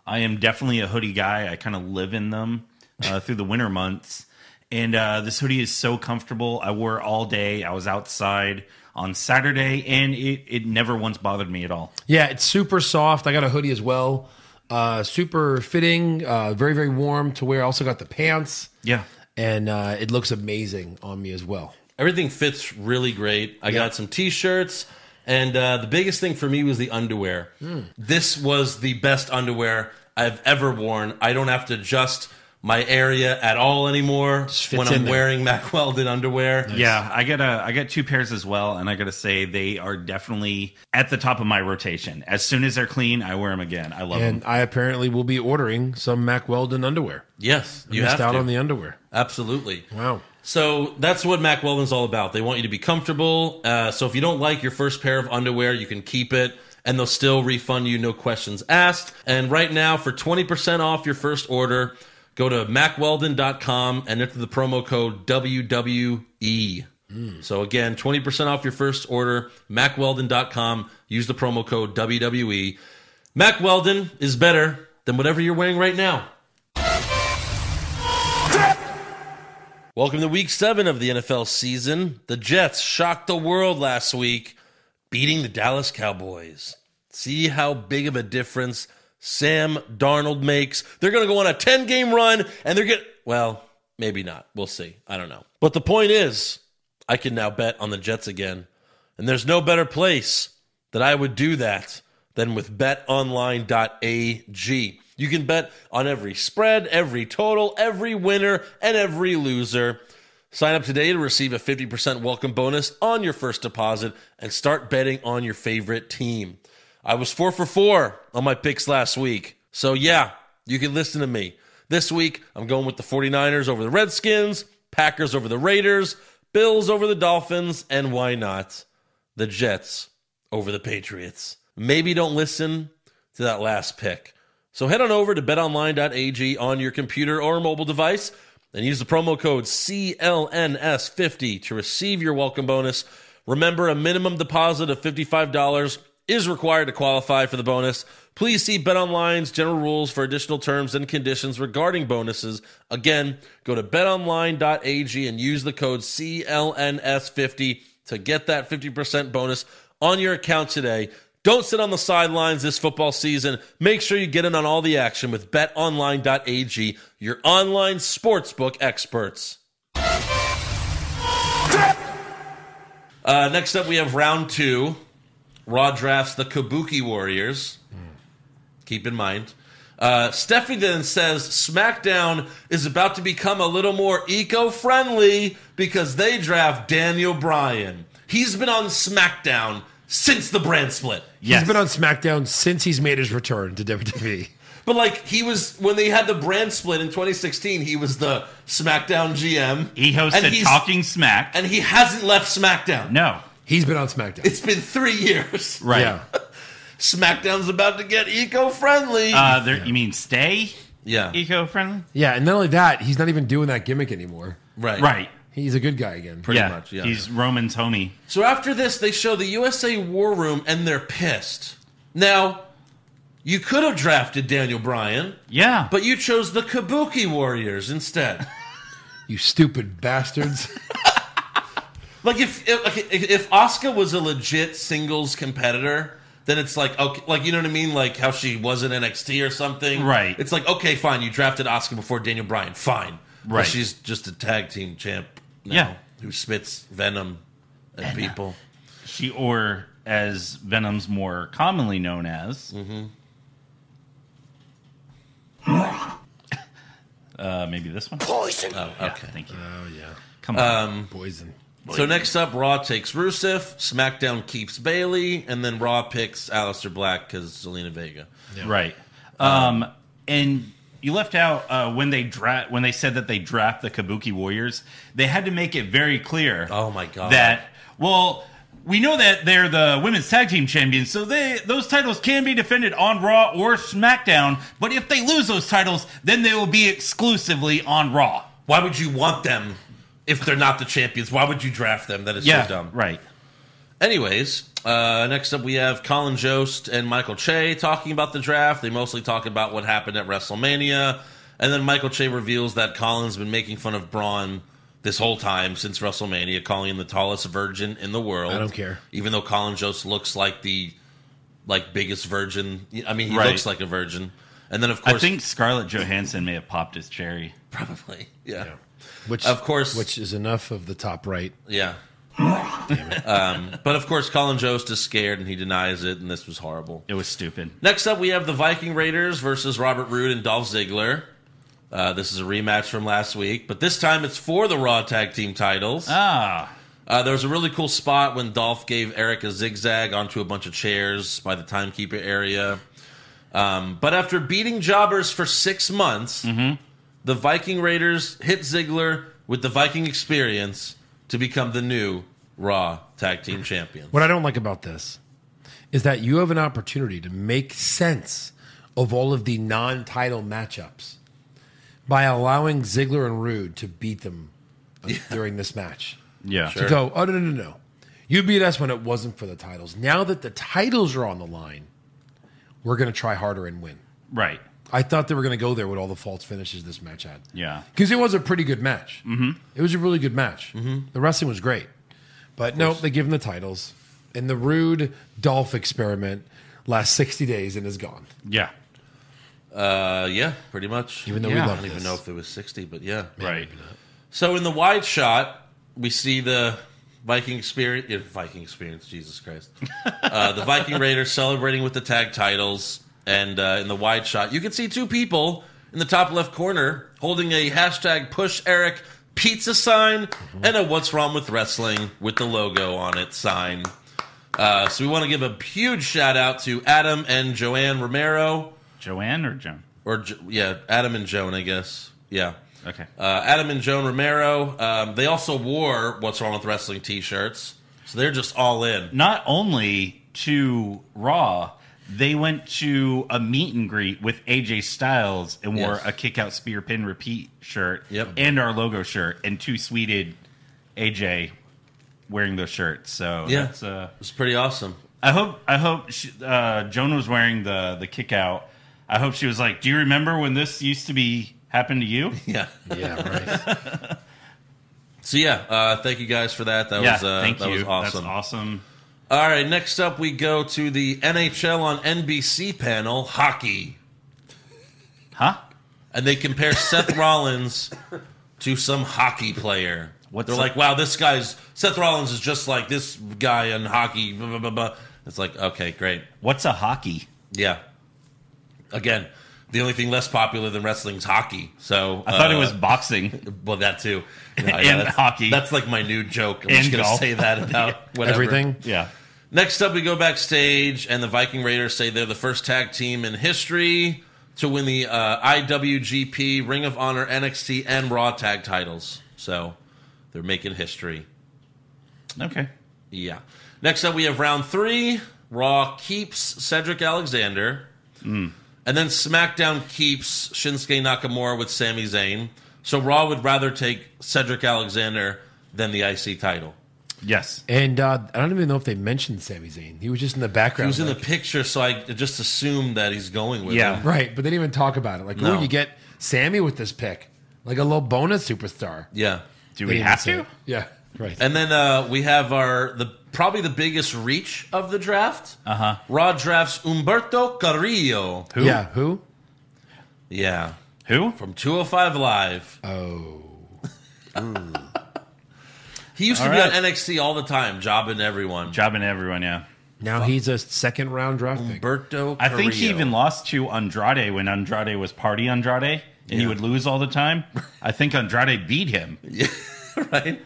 G: I am definitely a hoodie guy. I kind of live in them uh, through the winter months. And uh, this hoodie is so comfortable. I wore it all day. I was outside on Saturday, and it, it never once bothered me at all.
F: Yeah, it's super soft. I got a hoodie as well. Uh, super fitting, uh, very, very warm to wear. I also got the pants,
G: Yeah.
F: and uh, it looks amazing on me as well.
E: Everything fits really great. I got some t shirts. And uh, the biggest thing for me was the underwear.
F: Hmm.
E: This was the best underwear I've ever worn. I don't have to adjust my area at all anymore
F: fits
E: when
F: in
E: I'm
F: there.
E: wearing (laughs) Mac Weldon underwear.
G: Yeah, I got a I got two pairs as well, and I got to say they are definitely at the top of my rotation. As soon as they're clean, I wear them again. I love
F: And
G: them.
F: I apparently will be ordering some Mac Weldon underwear.
E: Yes, you
F: Missed
E: have
F: out
E: to.
F: on the underwear.
E: Absolutely.
F: Wow.
E: So that's what Mac Weldon's all about. They want you to be comfortable. Uh, so if you don't like your first pair of underwear, you can keep it, and they'll still refund you, no questions asked. And right now, for twenty percent off your first order, go to MacWeldon.com and enter the promo code WWE. So again, twenty percent off your first order, MacWeldon.com. Use the promo code WWE. Mac Weldon is better than whatever you're wearing right now. Welcome to week seven of the NFL season. The Jets shocked the world last week, beating the Dallas Cowboys. See how big of a difference Sam Darnold makes. They're going to go on a 10 game run and they're get well, maybe not. We'll see. I don't know. But the point is, I can now bet on the Jets again. And there's no better place that I would do that than with betonline.ag. You can bet on every spread, every total, every winner, and every loser. Sign up today to receive a 50% welcome bonus on your first deposit and start betting on your favorite team. I was four for four on my picks last week. So, yeah, you can listen to me. This week, I'm going with the 49ers over the Redskins, Packers over the Raiders, Bills over the Dolphins, and why not? the Jets over the Patriots. Maybe don't listen to that last pick. So head on over to betonline.ag on your computer or mobile device and use the promo code CLNS50 to receive your welcome bonus. Remember, a minimum deposit of $55 is required to qualify for the bonus. Please see BetOnline's general rules for additional terms and conditions regarding bonuses. Again, go to betonline.ag and use the code CLNS50 to get that 50% bonus on your account today. Don't sit on the sidelines this football season. Make sure you get in on all the action with betonline.ag, your online sportsbook experts. Uh, next up, we have round two. Raw drafts the Kabuki Warriors. Keep in mind. Uh, Stephanie then says SmackDown is about to become a little more eco friendly because they draft Daniel Bryan. He's been on SmackDown since the brand split.
G: Yes.
F: He's been on SmackDown since he's made his return to E. WWE.
E: But like he was when they had the brand split in 2016, he was the SmackDown GM.
G: he hosted
E: he's-
G: Talking Smack.
E: and he hasn't left SmackDown.
G: no,
F: He's been on SmackDown.
E: It's been three years.
G: right?
F: Yeah.
E: SmackDown's about to get eco friendly.
G: Uh, e- there, you mean stay
E: yeah.
G: eco friendly?
F: Yeah, and not only that, he's not even doing that gimmick anymore.
E: Right.
G: Right.
F: He's a good guy again.
G: yeah.
E: much, yeah.
G: He's Roman's homie.
E: So after this, they show the USA War Room and they're pissed. Now, you could have drafted Daniel Bryan,
G: Yeah.
E: but you chose the Kabuki Warriors instead.
F: You stupid bastards.
E: Like if if, okay, if if Asuka was a legit singles competitor, then it's like okay, like you know what I mean, like how she was in NXT or something,
G: Right.
E: It's like okay, fine, you drafted Asuka before Daniel Bryan, fine, But
G: Right.
E: she's just a tag team champ now,
G: Yeah.
E: who spits venom at people.
G: She, or as Venom's more commonly known as,
E: Mm-hmm.
G: (laughs) uh, maybe this one.
B: Poison.
E: Oh, Um,
G: Yeah,
E: okay.
G: thank you. Come on.
F: (laughs) Poison.
E: So next up, Raw takes Rusev, SmackDown keeps Bailey, and then Raw picks Aleister Black because Zelina Vega.
G: Right.
E: Uh,
G: Um, and you left out uh, when they dra- when they said that they draft the Kabuki Warriors. They had to make it very clear.
E: Oh, my God.
G: That well, we know that they're the women's tag team champions, so they those titles can be defended on Raw or SmackDown. But if they lose those titles, then they will be exclusively on Raw.
E: Why would you want them if they're not the champions? Why would you draft them? That is
G: Yeah,
E: so dumb.
G: right.
E: Anyways, uh, next up we have Colin Jost and Michael Che talking about the draft. They mostly talk about what happened at WrestleMania, and then Michael Che reveals that Colin's been making fun of Braun this whole time since WrestleMania, calling him the tallest virgin in the world.
F: I don't care.
E: even though Colin Jost looks like the like biggest virgin. I mean, he
G: Right.
E: looks like a virgin. And then of
G: I
E: course,
G: think Scarlett Johansson may have popped his cherry.
E: (laughs) probably, yeah.
F: Which
E: Of course.
F: which is enough of the top right.
E: Yeah. um, but of course, Colin Jost is scared and he denies it, and this was horrible.
G: It was stupid.
E: Next up, we have the Viking Raiders versus Robert Roode and Dolph Ziggler. Uh, this is a rematch from last week, but this time it's for the Raw Tag Team titles.
G: Ah,
E: Uh, there was a really cool spot when Dolph gave Eric a zigzag onto a bunch of chairs by the timekeeper area. Um, but after beating jobbers for six months,
G: Mm-hmm.
E: the Viking Raiders hit Ziggler with the Viking experience to become the new Raw Tag Team Champions.
F: What I don't like about this is that you have an opportunity to make sense of all of the non-title matchups by allowing Ziggler and Rude to beat them uh, during this match.
G: yeah.
F: To go, oh no no no no, you beat us when it wasn't for the titles. Now that the titles are on the line, we're going to try harder and win.
G: Right.
F: I thought they were going to go there with all the false finishes this match had.
G: Yeah.
F: Because it was a pretty good match. Mm-hmm. It was a really good match. Mm-hmm. The wrestling was great. But no, they give him the titles. And the rude Dolph experiment lasts 60 days and is gone.
G: Yeah.
E: Uh, yeah, pretty much.
F: Even though
G: Yeah.
F: we
E: I
F: love
E: don't
F: this.
E: even know if it was 60, but yeah.
G: Right.
E: So in the wide shot, we see the Viking experience. yeah, Viking experience, Jesus Christ. Uh, the Viking Raiders celebrating with the tag titles, and uh, in the wide shot, you can see two people in the top left corner holding a hashtag Push Eric pizza sign and a What's Wrong with Wrestling with the logo on it sign. Uh, so we want to give a huge shout out to Adam and Joanne Romero,
G: Joanne or Joan?
E: or Jo- yeah, Adam and Joan, I guess. Yeah.
G: Okay.
E: Uh, Adam and Joan Romero. Um, they also wore "What's Wrong with Wrestling" T-shirts, so they're just all in.
G: not only to Raw, they went to a meet and greet with AJ Styles and wore
E: Yes.
G: a kick out spear pin repeat shirt
E: Yep.
G: and our logo shirt and two sweeted AJ wearing those shirts. So
E: Yeah.
G: that's uh
E: It's pretty awesome. (laughs)
G: I hope I hope she, uh, Joan was wearing the the kick out. I hope she was like, "Do you remember when this used to be happened to you?"
E: Yeah.
F: (laughs) Yeah, right.
E: So yeah, uh, thank you guys for that. (laughs) That
G: yeah,
E: was uh,
G: thank
E: that
G: you.
E: was awesome.
G: That's awesome.
E: All right, next up we go to the NHL on NBC panel hockey,
G: Huh?
E: and they
G: (laughs)
E: compare Seth Rollins to some hockey player.
G: What's
E: They're
G: up?
E: like, wow, this guy's Seth Rollins is just like this guy in hockey. Blah, blah, blah, blah. It's like, okay, great.
G: What's a hockey?
E: Yeah. Again, the only thing less popular than wrestling is hockey. So
G: I thought it
E: uh, (laughs)
G: was boxing.
E: well that too.
G: (laughs)
E: No,
G: And
E: that's,
G: hockey.
E: That's like my new joke. I'm just
G: And
E: gonna
G: golf.
E: say
G: (laughs)
E: that about whatever.
F: Everything.
G: Yeah.
E: Next up, we go backstage, and the Viking Raiders say they're the first tag team in history to win the uh, IWGP, Ring of Honor, NXT, and Raw tag titles. So they're making history.
G: Okay.
E: Yeah. Next up, we have round three. Raw keeps Cedric Alexander. And then SmackDown keeps Shinsuke Nakamura with Sami Zayn. So Raw would rather take Cedric Alexander than the IC title.
G: Yes.
F: And uh, I don't even know if they mentioned Sami Zayn. He was just in the
E: He
F: background.
E: was in the
F: like-
E: picture, so I just assumed that he's going with
G: Yeah.
E: him.
F: (laughs) Right, but they didn't even talk about it. Like,
E: No.
F: oh, you get Sammy with this pick. Like a little bonus superstar.
E: Yeah.
F: They
G: Do we
F: didn't
G: have
F: say
G: to?
F: it. Yeah. Right.
E: And then uh, we have our the probably the biggest reach of the draft. Uh huh. Raw drafts Umberto Carrillo.
G: Who?
F: Yeah. Who?
E: Yeah,
G: Who?
E: from 205 Live.
F: Oh.
E: He used to
G: All
E: be
G: right.
E: on NXT all the time, jobbing everyone.
G: Jobbing everyone, yeah.
F: Now he's a second round draft
E: Mm,
F: pick.
E: Umberto.
G: I think he
E: Carrillo.
G: even lost to Andrade when Andrade was Party Andrade, and he would lose all the time. I think Andrade beat him.
E: (laughs) right?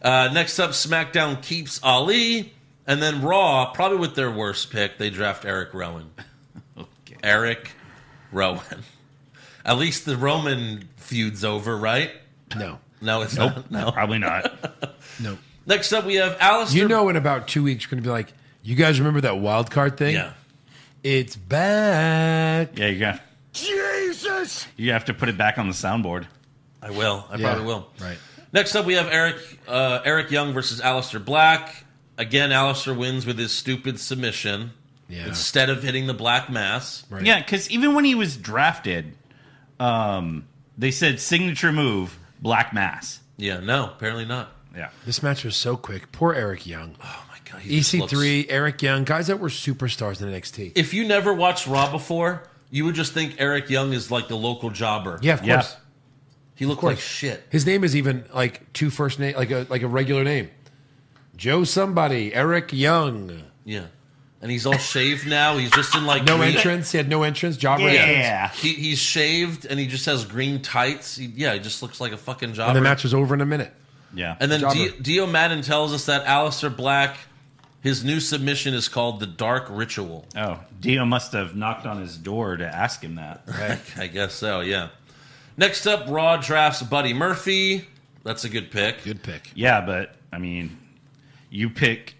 E: Uh, next up, SmackDown keeps Ali, and then Raw, probably with their worst pick, they draft Eric
G: (laughs)
E: Rowan. Eric Rowan. At least the Roman feud's over, right?
F: No.
E: No, it's not. No.
G: Probably not.
F: No.
E: Next up, we have Alistair.
F: You know, in about two weeks, you're going to be like, you guys remember that wild card thing?
E: yeah.
F: It's back.
G: Yeah, you got. Jesus. You have to put it back on the soundboard.
E: I will. I
F: Yeah.
E: probably will.
F: Right.
E: Next up, we have Eric uh, Eric Young versus Alistair Black. Again, Alistair wins with his stupid submission
F: Yeah.
E: instead of hitting the black mass.
F: Right.
G: Yeah, because even when he was drafted, um, they said signature move Black Mass.
E: Yeah, no, apparently not.
G: Yeah,
F: This match was so quick. Poor Eric Young.
E: Oh my god, he just looks-
F: EC3, Eric Young, guys that were superstars in NXT.
E: if you never watched Raw before, you would just think Eric Young is like the local jobber.
F: yeah, of
G: Yeah.
F: course.
E: he looked
F: course.
E: like shit.
F: His name is even like two first name, like a like a regular name. Joe somebody, Eric Young.
E: Yeah, and he's all shaved now. He's just in like
F: No
E: green-
F: entrance. He had no entrance. Jobber entrance.
G: yeah.
E: He, he's shaved and he just has green tights. He, yeah, he just looks like a fucking jobber.
F: And the match was over in a minute.
G: yeah.
E: And then
F: Jobber.
E: D- Dio Madden tells us that Alistair Black, his new submission is called the Dark Ritual.
G: oh, Dio must have knocked on his door to ask him that.
E: I guess so. Yeah. Next up, Raw drafts Buddy Murphy. That's a good pick.
F: Good pick.
G: Yeah, but I mean, you pick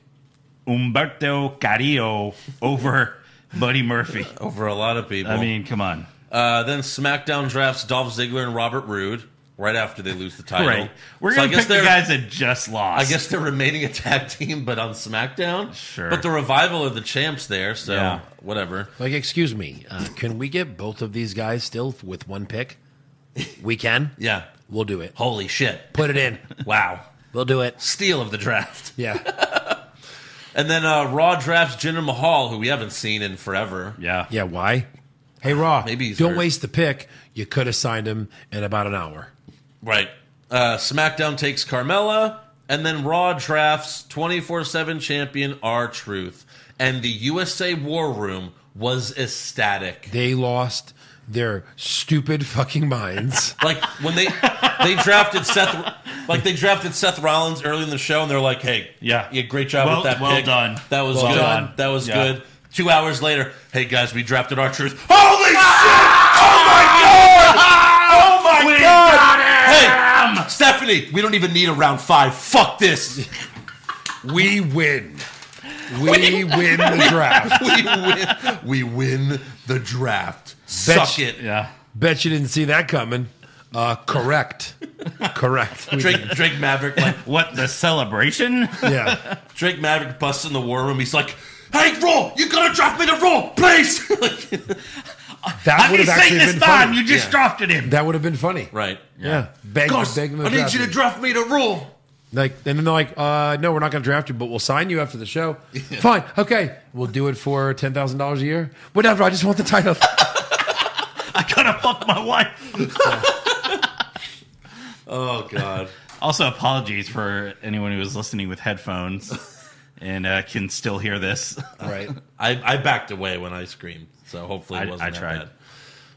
G: Umberto Carrillo over Buddy Murphy.
E: over a lot of people.
G: I mean, come on.
E: Uh, then SmackDown drafts Dolph Ziggler and Robert Roode right after they lose the title.
G: Right. We're
E: So
G: going
E: I
G: to
E: guess
G: pick the
E: they're-
G: guys that just
E: I
G: lost.
E: guess they're remaining a tag team, but on SmackDown.
G: Sure.
E: But the revival of the champs there, so
G: Yeah.
E: whatever.
F: Like, excuse me, uh, can we get both of these guys still with one pick? We can.
E: (laughs) Yeah.
F: We'll do it.
E: Holy shit!
F: Put it in.
E: Wow.
F: We'll do it.
E: Steal of the draft.
F: Yeah.
E: And then uh, Raw drafts Jinder Mahal, who we haven't seen in forever.
G: Yeah.
F: Yeah. Why? Hey, Raw.
E: (sighs) Maybe he's
F: don't
E: hurt.
F: waste the pick. You could have signed him in about an hour.
E: Right. Uh, SmackDown takes Carmella, and then Raw drafts 24 7 champion R Truth. And the USA War Room was ecstatic.
F: They lost their stupid
E: (laughs)
F: fucking minds.
E: Like when
G: (laughs)
E: they they drafted Seth, like they drafted Seth Rollins early in the show, and they're like, "Hey,
G: Yeah.
E: yeah, great job
G: Well-
E: with that.
G: well
E: pick.
G: done.
E: That was
G: Well
E: good.
G: done.
E: That was
G: Yeah.
E: good." Two hours later, hey guys, we drafted our truth.
B: Holy
G: Oh my God!
E: Hey, Stephanie, we don't even need a round five. Fuck
G: (laughs)
E: this.
F: we win. We win the draft.
E: (laughs) We win. We win the draft. Suck
F: you-
E: it.
G: Yeah.
F: Bet you didn't see that coming. Uh, correct. correct. We
E: Drake Drake Maverick like
G: What the celebration?
F: did- Yeah.
E: Drake Maverick busts in the war room. He's like, "Hey, Raw, you gotta draft me to Raw, please." (laughs) Like-
F: That
G: Have
F: would
G: you
F: have
G: seen
F: actually
G: this
F: been
G: time?
F: funny.
G: You just
E: Yeah.
G: drafted him.
F: that would have been funny.
E: right.
F: Yeah. Beg,
E: Gosh, I
F: beg them
E: need you to
F: draft
E: draft me to Raw.
F: you. Like, and then they're like, uh, no, we're not going to draft you, but we'll sign you after the
E: (laughs)
F: show. Fine. Okay. We'll do it for $10,000 a year. Whatever. I just want the
E: (laughs)
F: title.
G: I gotta fuck my wife.
E: Oh God.
G: Also, apologies for anyone who was listening with headphones and uh, can still hear this.
F: right.
E: I, I backed away when I screamed, so hopefully it
G: I-
E: wasn't
G: I
E: that
G: tried.
E: bad.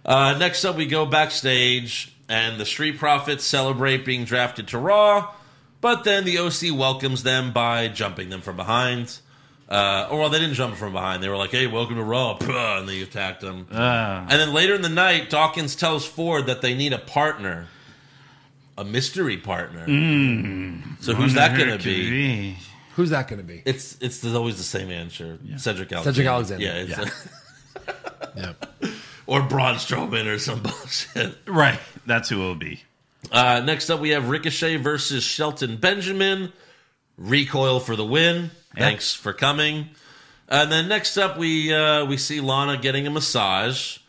E: Uh, next up, we go backstage, and the Street Profits celebrate being drafted to Raw, but then the OC welcomes them by jumping them from behind. Uh, or well, they didn't jump from behind. They were like, "Hey, welcome to Raw," (laughs) Puh, and they attacked them. And then later in the night, Dawkins tells Ford that they need a partner, a mystery partner.
G: Mm.
E: So who's that going to be?
F: Who's that going to be?
E: It's it's always the same answer. Cedric Alexander.
F: Cedric Alexander.
E: Yeah. It's (laughs)
F: Yeah.
E: or Braun Strowman or some (laughs) bullshit.
G: Right. That's who it will be.
E: Uh, next up, we have Ricochet versus Shelton Benjamin. Recoil for the win. Thanks for coming. And then next up, we uh, we see Lana getting a massage,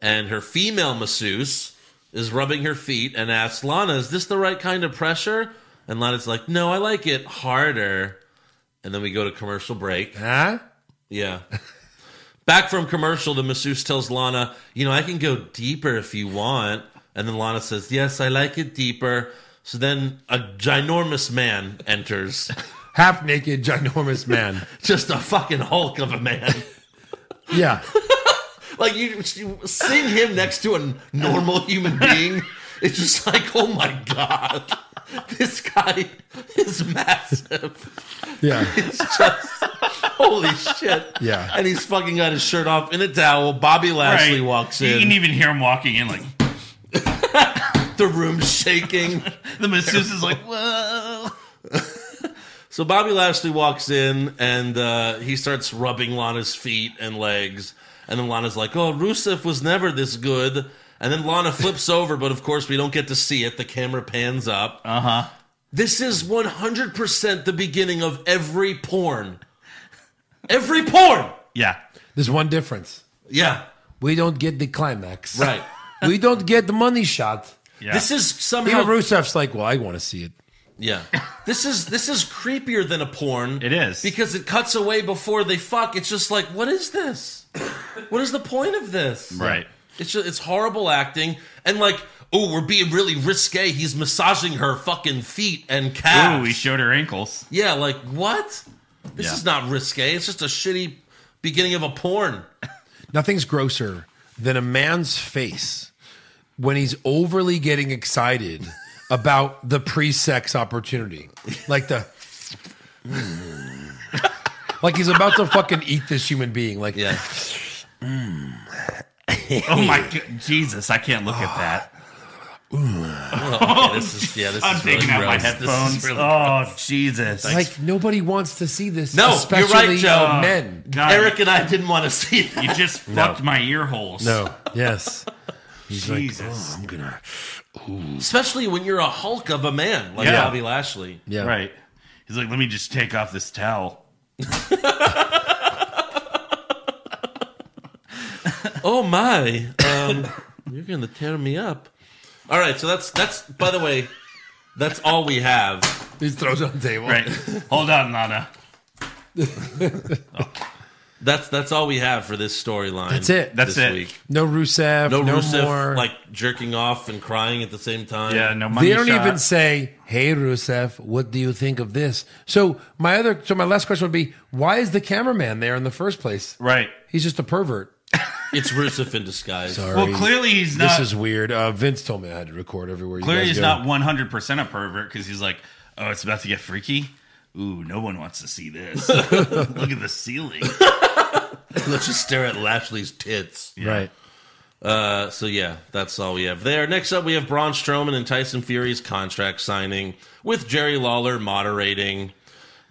E: and her female masseuse is rubbing her feet and asks Lana, "Is this the right kind of pressure?" And Lana's like, no, I like it harder. And then we go to commercial break.
F: Huh?
E: Yeah. Back from commercial, the masseuse tells Lana, you know, I can go deeper if you want. And then Lana says, yes, I like it deeper. So then a ginormous man enters,
F: Half naked,
E: (laughs)
F: ginormous man.
E: just a fucking Hulk of a man.
F: Yeah.
E: Like you, you seeing him next to a normal human being, it's just like, oh my god, (laughs) this guy is massive.
F: Yeah.
E: (laughs) It's just holy shit.
F: Yeah.
E: and he's fucking got his shirt off in a towel. Bobby Lashley walks
G: You can
E: in,
G: even hear him walking in, like (laughs)
E: the room's shaking.
G: the masseuse is like, "Whoa!"
E: So Bobby Lashley walks in and uh, he starts rubbing Lana's feet and legs. And then Lana's like, oh, Rusev was never this good. And then Lana
G: (laughs)
E: flips over, but of course we don't get to see it. The camera pans up. Uh huh.
G: Uh-huh.
E: This is 100% the beginning of every porn. Every porn!
G: Yeah,
F: There's one difference.
E: Yeah,
F: We don't get the climax.
E: right.
F: We don't get the money shot.
G: yeah.
E: This is somehow.
F: Even Rusev's like, well, I want to see it.
E: Yeah. (laughs) This is this is creepier than a porn.
G: It is.
E: Because it cuts away before they fuck. It's just like, what is
G: (coughs)
E: this? What is the point of this?
G: right.
E: It's just, it's horrible acting and like, oh, we're being really risque. He's massaging her fucking feet and calves.
G: Ooh, he showed her
E: (laughs)
G: ankles.
E: yeah, like what? This
G: Yeah.
E: is not risque. It's just a shitty beginning of a porn.
F: Nothing's grosser than a man's face when he's overly getting excited (laughs) about the pre-sex opportunity. Like the (laughs) like he's about to fucking eat this human being. Like
G: (laughs)
E: Yeah.
G: Oh my god, Jesus! I can't look at that.
E: Oh, Okay, this is yeah, (sighs) this
G: Oh, I'm
E: is
G: taking
E: really
G: out my
E: gross. This is
G: headphones.
E: really
G: oh Jesus!
F: like nobody wants to see this.
E: No, you're right,
F: especially
E: Joe.
F: uh, men.
G: God,
E: Eric and I didn't want to see that.
G: you just fucked my ear holes.
F: No. Yes. He's
G: Jesus.
F: like, oh, I'm gonna.
E: Especially when you're a Hulk of a man like
G: Yeah.
E: Bobby Lashley.
F: Yeah.
G: Right. He's like, let me just take off this towel.
E: Oh my! Um, (laughs) you're gonna tear me up. All right, so that's that's. By the way, that's all we have.
F: He throws it on the table.
E: (laughs)
G: Right. Hold on, Lana.
E: That's that's all we have for this storyline.
F: That's it.
G: That's
E: this
G: it.
E: Week.
F: No Rusev.
E: No,
F: No,
E: Rusev
F: more.
E: like jerking off and crying at the same time.
G: Yeah, no money
F: they don't
G: shot.
F: even say, "Hey Rusev, what do you think of this?" So my other, so my last question would be, why is the cameraman there in the first place?
G: Right.
F: He's just a pervert.
E: it's Rusev in disguise.
F: Sorry.
G: Well, clearly he's
F: this
G: not.
F: is weird. Uh, Vince told me I had to record everywhere. You
G: clearly
F: guys
G: he's
F: go.
G: not 100 percent a pervert because he's like, oh, it's about to get freaky. Ooh, no one wants to
F: (laughs)
G: see this. Look at the ceiling.
E: Let's just stare at Lashley's tits.
F: right.
E: Uh, so yeah, that's all we have there. Next up, we have Braun Strowman and Tyson Fury's contract signing with Jerry Lawler moderating.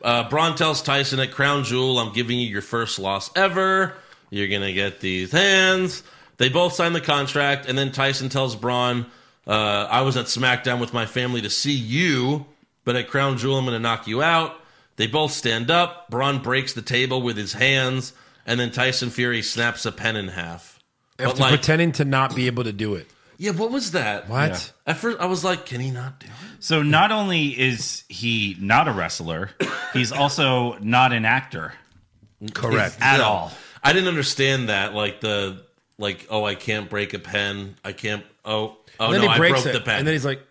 E: Uh, Braun tells Tyson at Crown Jewel, "I'm giving you your first loss ever. You're gonna get these hands." They both sign the contract, and then Tyson tells Braun, uh, "I was at SmackDown with my family to see you, but at Crown Jewel, I'm gonna knock you out." They both stand up. Braun breaks the table with his hands, and then Tyson Fury snaps a pen in half. But,
F: After
E: like-
F: pretending to not be able to do it.
E: yeah, what was that?
F: What?
E: At first, I was like, can he not do it?
G: So not only is he not a wrestler, he's also not an actor.
F: Correct.
G: At
E: No.
G: all.
E: I didn't understand that. Like the, like, oh, I can't break a pen. I can't. Oh, oh
F: and then
E: no,
F: he
E: I
F: breaks
E: broke
F: it,
E: the pen.
F: and then he's like,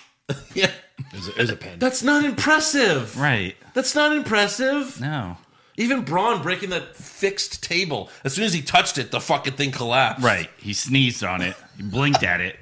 E: (laughs) yeah,
F: "There's a, there's a pen."
E: that's not impressive.
G: Right.
E: That's not impressive.
G: No.
E: Even Braun breaking that fixed table. As soon as he touched it, the fucking thing collapsed.
G: Right. He sneezed on it. He blinked at it.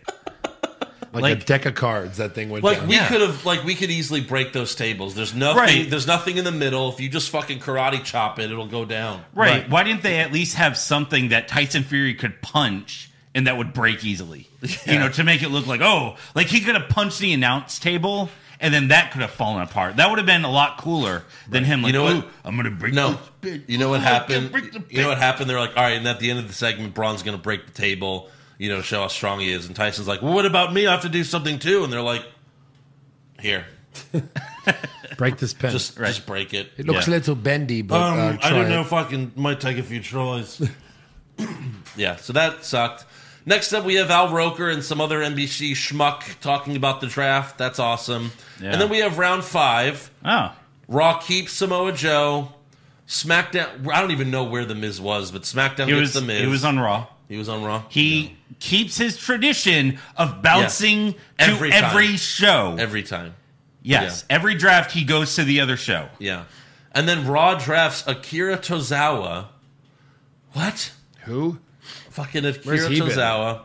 F: like, a
G: like-
F: deck of cards. That thing went
E: Like
F: down.
E: we
G: Yeah.
E: could have, like we could easily break those tables. There's nothing.
G: Right.
E: There's nothing in the middle. If you just fucking karate chop it, it'll go down.
G: Right. Why didn't they at least have something that Tyson Fury could punch and that would break easily? You know, to make it look like, oh, like he could have punched the announce table and then that could have fallen apart. That would have been a lot cooler than him like,
E: know
G: oh,
E: what?
G: I'm going to break
E: No,
G: this bit.
E: you know what
G: Oh, I can't
E: happened.
G: break the
E: You know
G: bit."
E: what happened. They're like, all right, and at the end of the segment, Braun's going to break the table. You know, show how strong he is. And Tyson's like, well, what about me? I have to do something too. And they're like, here,
F: break this pen.
E: just just break it. Um,
F: it looks
G: yeah. Um,
F: a little bendy, but uh, try it.
E: if I can. Might take a few tries. yeah, so that sucked. Next up, we have Al Roker and some other NBC schmuck talking about the draft. That's awesome.
G: Yeah.
E: And then we have round five.
G: Oh,
E: Raw keeps Samoa Joe. SmackDown. I don't even know where the Miz was, but SmackDown
G: it
E: gets
G: was
E: the Miz.
G: it was on Raw.
E: He was on Raw.
G: He keeps his tradition of bouncing to
E: Every
G: every,
E: time.
G: show.
E: every time.
G: yes, every draft he goes to the other show.
E: Yeah. And then Raw drafts Akira Tozawa. What?
F: Who?
E: Fucking
F: Where's
E: Akira
F: he been?
E: Tozawa.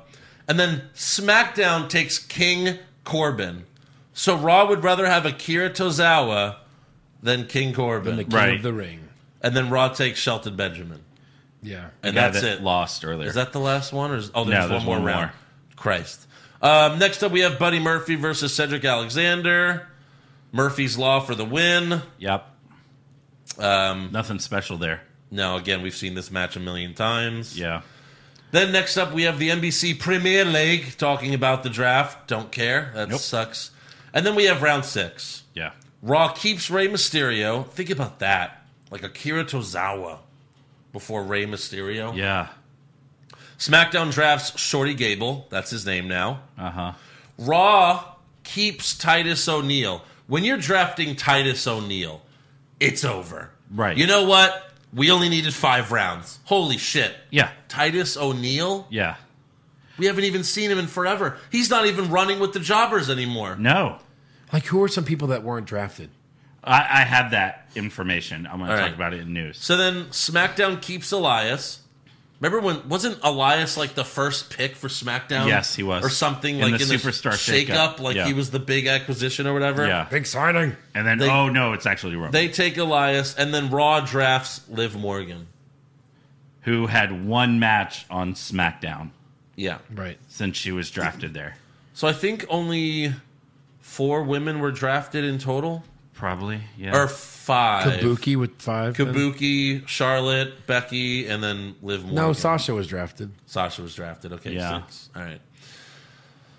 E: And then SmackDown takes King Corbin. So Raw would rather have Akira Tozawa than King Corbin.
F: The King
G: Right.
F: of the Ring.
E: and then Raw takes Shelton Benjamin.
F: Yeah.
E: And
G: Yeah,
E: that's
G: that
E: it.
G: Lost earlier.
E: Is that the last one? Or is, oh, there's,
G: No, there's
E: one more
G: one
E: round.
G: more.
E: Christ. Um, next up, we have Buddy Murphy versus Cedric Alexander. Murphy's Law for the win.
G: yep. Um, Nothing special there.
E: Now, again, we've seen this match a million times.
G: Yeah.
E: Then next up, we have the NBC Premier League talking about the draft. Don't care. That
G: Nope.
E: sucks. And then we have round six.
G: Yeah.
E: Raw keeps Rey Mysterio. Think about that. Like Akira Tozawa before Rey Mysterio.
G: Yeah.
E: SmackDown drafts Shorty Gable. That's his name now.
G: Uh huh.
E: Raw keeps Titus O'Neil. When you're drafting Titus O'Neil, it's over.
G: Right.
E: You know what? We only needed five rounds. Holy shit.
G: Yeah.
E: Titus O'Neil?
G: Yeah.
E: We haven't even seen him in forever. He's not even running with the jobbers anymore.
G: No.
F: Like, who are some people that weren't drafted?
G: I, I have that information. I'm going
E: All
G: to talk
E: right.
G: about it in news.
E: So then SmackDown keeps Elias. Remember when wasn't Elias like the first pick for SmackDown?
G: Yes, he was.
E: Or something
G: In
E: like
G: the
E: in
G: Superstar
E: the shake
G: shakeup.
E: up, like
G: Yeah.
E: he was the big acquisition or whatever.
G: Yeah.
F: Big signing.
G: And then,
E: They-
G: oh no, it's actually Roman,
E: They take Elias and then Raw drafts Liv Morgan.
G: who had one match on SmackDown
E: Yeah.
F: Right.
G: since she was drafted there.
E: So I think only four women were drafted in total,
G: Probably. Yeah.
E: or five.
F: Kabuki with five.
E: Kabuki, Charlotte, Becky, and then Liv Morgan.
F: No, Sasha was drafted.
E: Sasha was drafted. Okay,
G: Yeah.
E: six. All right.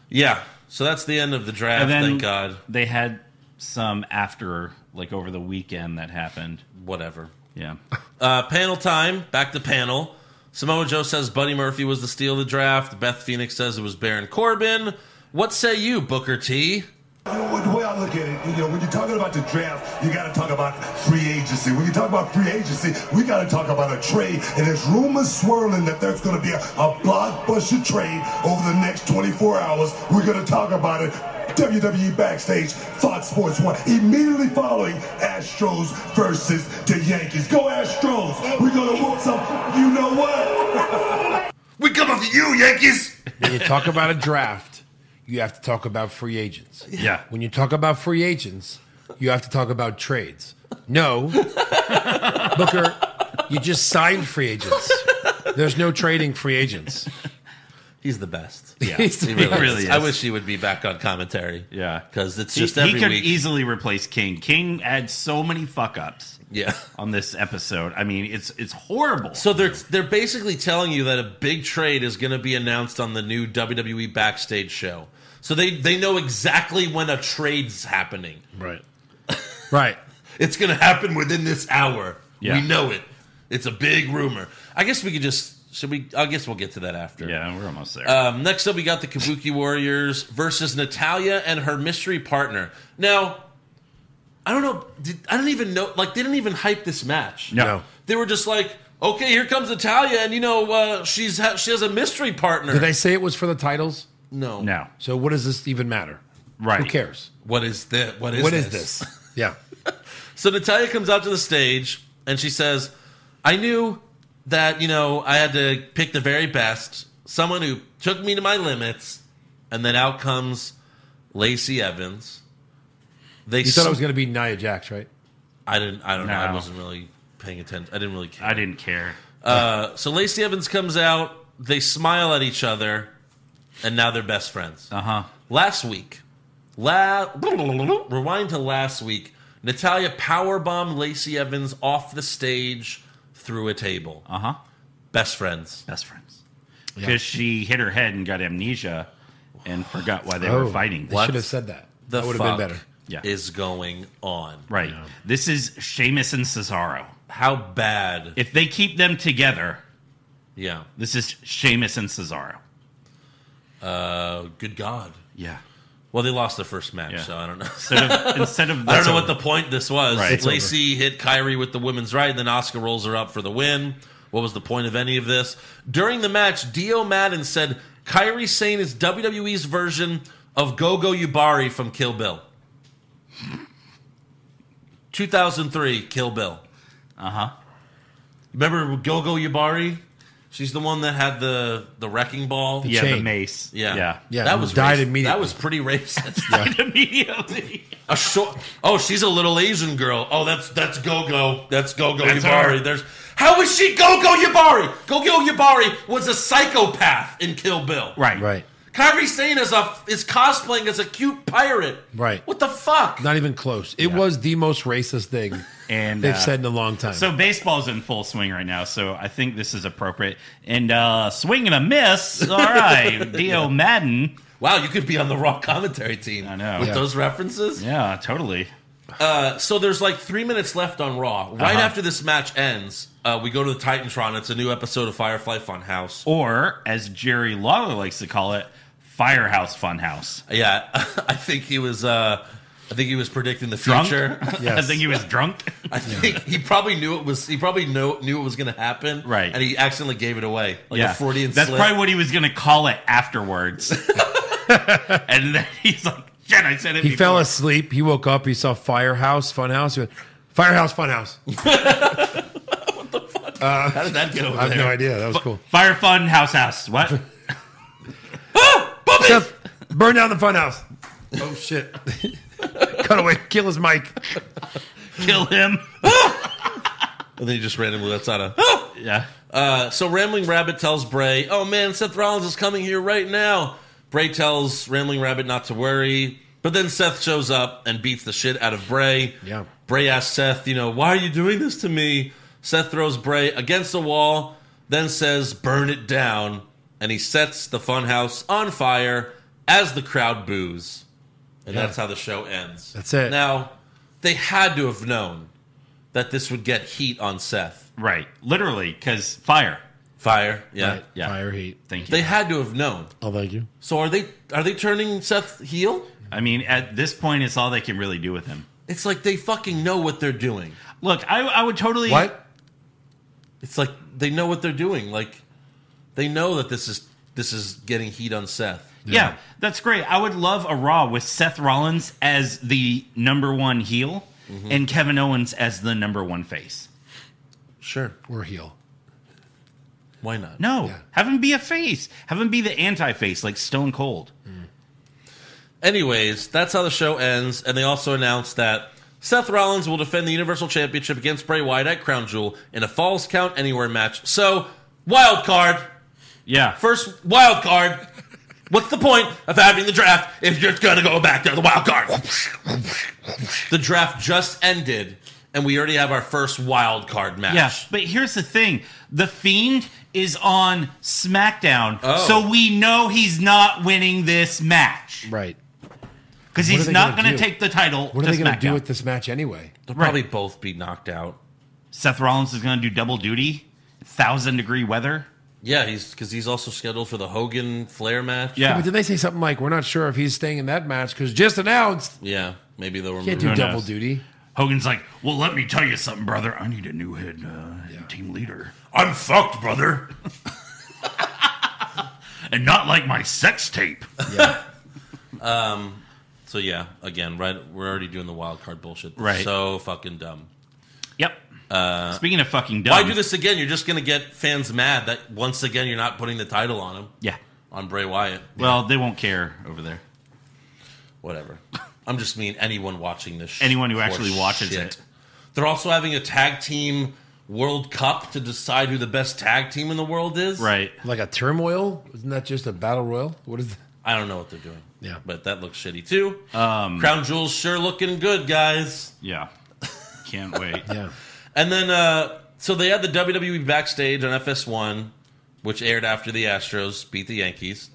E: Yeah. So that's the end of the draft.
G: and then
E: Thank God.
G: they had some after, like over the weekend that happened.
E: Whatever. (laughs)
G: Yeah.
E: Uh, panel time. Back to panel. Samoa Joe says Buddy Murphy was the steal of the draft. Beth Phoenix says it was Baron Corbin. What say you, Booker T?
C: The way I look at it, you know, when you're talking about the draft, you got to talk about free agency. When you talk about free agency, we got to talk about a trade. And there's rumors swirling that there's going to be a, a blockbuster trade over the next 24 hours. We're going to talk about it. WWE Backstage, Fox Sports 1, immediately following Astros versus the Yankees. Go Astros! We're going to whoop some, you know what?
B: (laughs) We come after you, Yankees!
F: When you talk about a draft, you have to talk about free agents.
G: Yeah.
F: When you talk about free agents, you have to talk about trades. No, Booker, you just signed free agents. There's no trading free agents.
E: He's the
G: (laughs)
E: best.
F: Yeah, he
G: He really is.
E: I wish he would be back on commentary.
G: Yeah.
E: because it's just
G: he,
E: every
G: he could
E: week.
G: easily replace King. King had so many fuck ups
E: (laughs) yeah.
G: on this episode. I mean, it's it's horrible.
E: So they're they're basically telling you that a big trade is going to be announced on the new WWE backstage show. So they they know exactly when a trade's happening.
F: Right. Right.
E: It's going to happen within this hour.
G: Yeah.
E: We know it. It's a big rumor. I guess we could just should we? I guess we'll get to that after.
G: yeah, we're almost there.
E: Um, next up, we got the Kabuki Warriors versus Natalia and her mystery partner. Now, I don't know. Did, I don't even know. Like, they didn't even hype this match.
G: no.
F: no.
E: They were just like, okay, here comes Natalia, and you know, uh, she's ha- she has a mystery partner.
F: Did they say it was for the titles?
E: no.
G: No.
F: So what does this even matter?
G: Right.
F: Who cares?
E: What is that? What is
F: What
E: this?
F: is this?
E: (laughs)
F: Yeah.
E: So Natalia comes out to the stage and she says, I knew that, you know, I had to pick the very best, someone who took me to my limits, and then out comes Lacey Evans. They
F: You thought it was going to be Nia Jax, right?
E: I didn't I don't know. I
G: No.
E: wasn't really paying attention. I didn't really care.
G: I didn't care.
E: Uh, so Lacey Evans comes out, they smile at each other, and now they're best friends.
G: Uh huh.
E: Last week, la- rewind to last week, Natalia powerbombed Lacey Evans off the stage through a table.
G: Uh huh.
E: Best friends.
G: Best friends. Because she hit her head and got amnesia and forgot why they were fighting.
F: They should have said that.
E: The
F: that would have
E: fuck
F: been better.
G: Yeah.
E: is going on?
G: Right. This is Sheamus and Cesaro.
E: How bad?
G: If they keep them together,
E: yeah.
G: this is Sheamus and Cesaro.
E: Uh, good God.
G: Yeah.
E: Well, they lost their first match,
G: Yeah.
E: so I don't know. (laughs)
G: Instead of instead of
E: I don't know what the point this was.
G: Right. It's
E: Lacey hit Kyrie with the women's right, then Oscar rolls her up for the win. What was the point of any of this? During the match, Dio Madden said Kyrie Sane is WWE's version of Gogo Yubari from Kill Bill. 2003 Kill Bill. Uh huh.
G: Uh-huh.
E: Remember Gogo Yubari? She's the one that had the the wrecking ball.
G: yeah the
F: chain.
G: mace
E: Yeah,
G: yeah
F: Yeah,
E: That
F: who
E: was
F: died
E: raci- That
F: immediately.
E: was pretty racist. (laughs)
G: (laughs) immediately.
E: A short. Oh, she's a little Asian girl. Oh, that's that's Gogo. That's Gogo
G: That's
E: Yubari.
G: her.
E: There's how is she Gogo Yubari? Gogo Yubari was a psychopath in Kill Bill.
G: Right.
F: Right.
E: Kyrie Sane is a is cosplaying as a cute pirate.
F: Right.
E: What the fuck?
F: Not even close. It was the most racist thing
G: (laughs) And,
F: they've
G: uh,
F: said in a long time.
G: So baseball's in full swing right now, so I think this is appropriate. And uh swing and a
F: (laughs)
G: miss. All right. Dio Madden.
E: Wow, you could be on the Raw commentary team.
G: I know.
E: with
G: Yeah.
E: those references.
G: Yeah, totally.
E: so there's like three minutes left on Raw. Right
G: Uh-huh.
E: after this match ends, uh, we go to the Titantron. It's a new episode of Firefly Funhouse.
G: Or as Jerry Lawler likes to call it, Firehouse Funhouse.
E: Yeah, (laughs) I think he was. Uh, I think he was predicting the
G: Drunk?
E: future.
G: (laughs) I
F: Yes.
G: think he was
E: (laughs)
G: drunk.
E: I think he probably knew it was. He probably knew knew it was going to happen.
G: Right.
E: and he accidentally gave it away. Like a Freudian
G: That's
E: slip.
G: probably what he was going to call it
E: (laughs)
G: afterwards. and then he's like, shit, I said it
F: he fell
G: before."
F: asleep. He woke up. He saw Firehouse, Funhouse. He went, Firehouse,
G: (laughs)
F: Funhouse.
E: How did that get over
F: I have
E: there?
F: no idea. That was cool.
G: Fire Fun House House.
F: (laughs)
G: What?
F: Seth, burn down the
G: (laughs)
F: Funhouse. Oh, shit. (laughs) Cut away. Kill his mic.
G: Kill him. (laughs)
E: And then he just randomly lets out a.
G: yeah.
E: Uh, so Rambling Rabbit tells Bray, "Oh man, Seth Rollins is coming here right now." Bray tells Rambling Rabbit not to worry, but then Seth shows up and beats the shit out of Bray.
F: Yeah.
E: Bray asks Seth, "You know, why are you doing this to me?" Seth throws Bray against the wall, then says, "Burn it down," and he sets the funhouse on fire as the crowd boos. And that's how the show ends.
F: That's it.
E: Now, they had to have known that this would get heat on Seth.
G: Right. Literally, because fire.
E: Fire, yeah.
F: Right.
G: Yeah.
F: Fire heat.
G: Thank you.
E: They had to have known.
F: Oh, thank you.
E: So are they are they turning Seth heel?
G: I mean, at this point, it's all they can really do with him.
E: It's like they fucking know what they're doing.
G: Look, I, I would totally.
F: What?
E: It's like they know what they're doing. Like they know that this is this is getting heat on Seth.
G: Yeah, that's great. I would love a Raw with Seth Rollins as the number one heel
F: Mm-hmm.
G: and Kevin Owens as the number one face.
E: Sure.
F: We're heel.
E: Why not?
G: No, have him be a face. Have him be the anti face, like Stone Cold.
F: Mm.
E: Anyways, that's how the show ends, and they also announced that Seth Rollins will defend the Universal Championship against Bray Wyatt at Crown Jewel in a Falls Count Anywhere match. So, wild card.
G: Yeah.
E: First wild card. What's the point of having the draft if you're gonna go back to the wild card? the draft just ended, and we already have our first wild card match.
G: yeah, but here's the thing The Fiend is on SmackDown,
E: Oh.
G: so we know he's not winning this match
F: Right.
G: because
F: What are
G: he's
F: they
G: not
F: gonna
G: going to
F: do?
G: take the title.
F: What are
G: to
F: they going to do
G: SmackDown.
F: with this match anyway?
E: they'll probably both be knocked out.
G: Seth Rollins is going to do double duty, thousand degree weather.
E: Yeah, he's because he's also scheduled for the Hogan Flair match.
F: But
G: Yeah,
F: did they say something like, we're not sure if he's staying in that match because just announced
E: yeah, maybe they'll
F: can't
E: remove.
F: do
G: Who
F: double
G: knows? (laughs)
F: duty.
G: Hogan's like, well, let me tell you something, brother. I need a new head uh, team leader,
B: I'm fucked, brother.
G: (laughs) and not like my sex tape.
E: so yeah, again, right? We're already doing the wild card bullshit.
G: Right.
E: So fucking dumb.
G: yep. Uh, Speaking of fucking dumb,
E: Why do this again? You're just gonna get fans mad that once again you're not putting the title on him
G: Yeah.
E: on Bray Wyatt.
G: Well, they won't care over there.
E: whatever. I'm just mean anyone watching this. sh-
G: (laughs) Anyone who
E: poor
G: actually watches it.
E: They're also having a tag team World Cup to decide who the best tag team in the world is.
G: Right.
F: Like a turmoil? Isn't that just a battle royal? What is that?
E: I don't know what they're doing.
F: Yeah.
E: But that looks shitty too. Um, Crown Jewel's sure looking good, guys.
G: Yeah. Can't
E: (laughs)
G: wait.
F: Yeah.
E: And then, uh, so they had the WWE backstage on FS1, which aired after the Astros beat the Yankees.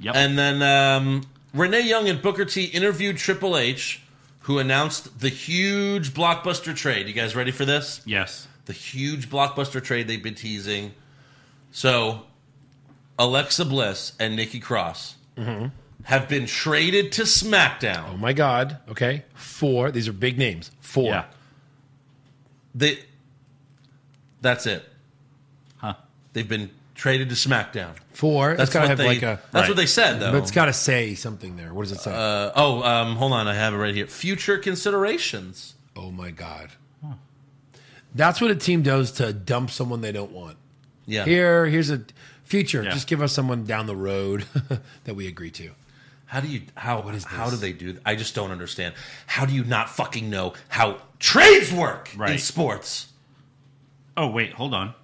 G: Yep.
E: And then um, Renee Young and Booker T interviewed Triple H, who announced the huge blockbuster trade. You guys ready for this?
G: yes.
E: the huge blockbuster trade they've been teasing. So, Alexa Bliss and Nikki Cross
F: Mm-hmm.
E: have been traded to SmackDown.
F: Oh my God. Okay. Four. These are big names. Four.
G: Yeah.
E: They, that's it.
G: Huh.
E: They've been traded to SmackDown.
F: Four.
E: That's
F: it's gotta
E: what
F: have
E: they.
F: like a.
E: that's what they said though.
F: But it's got to say something there. What does it say?
E: Uh, oh, um, hold on, I have it right here. Future considerations.
F: oh my God. That's what a team does to dump someone they don't want.
E: Yeah.
F: Here, here's a future.
G: Yeah.
F: Just give us someone down the road (laughs) that we agree to.
E: How do you how how do they do? th- I just don't understand. How do you not fucking know how trades work in
G: Right.
E: sports?
G: Oh wait, hold on.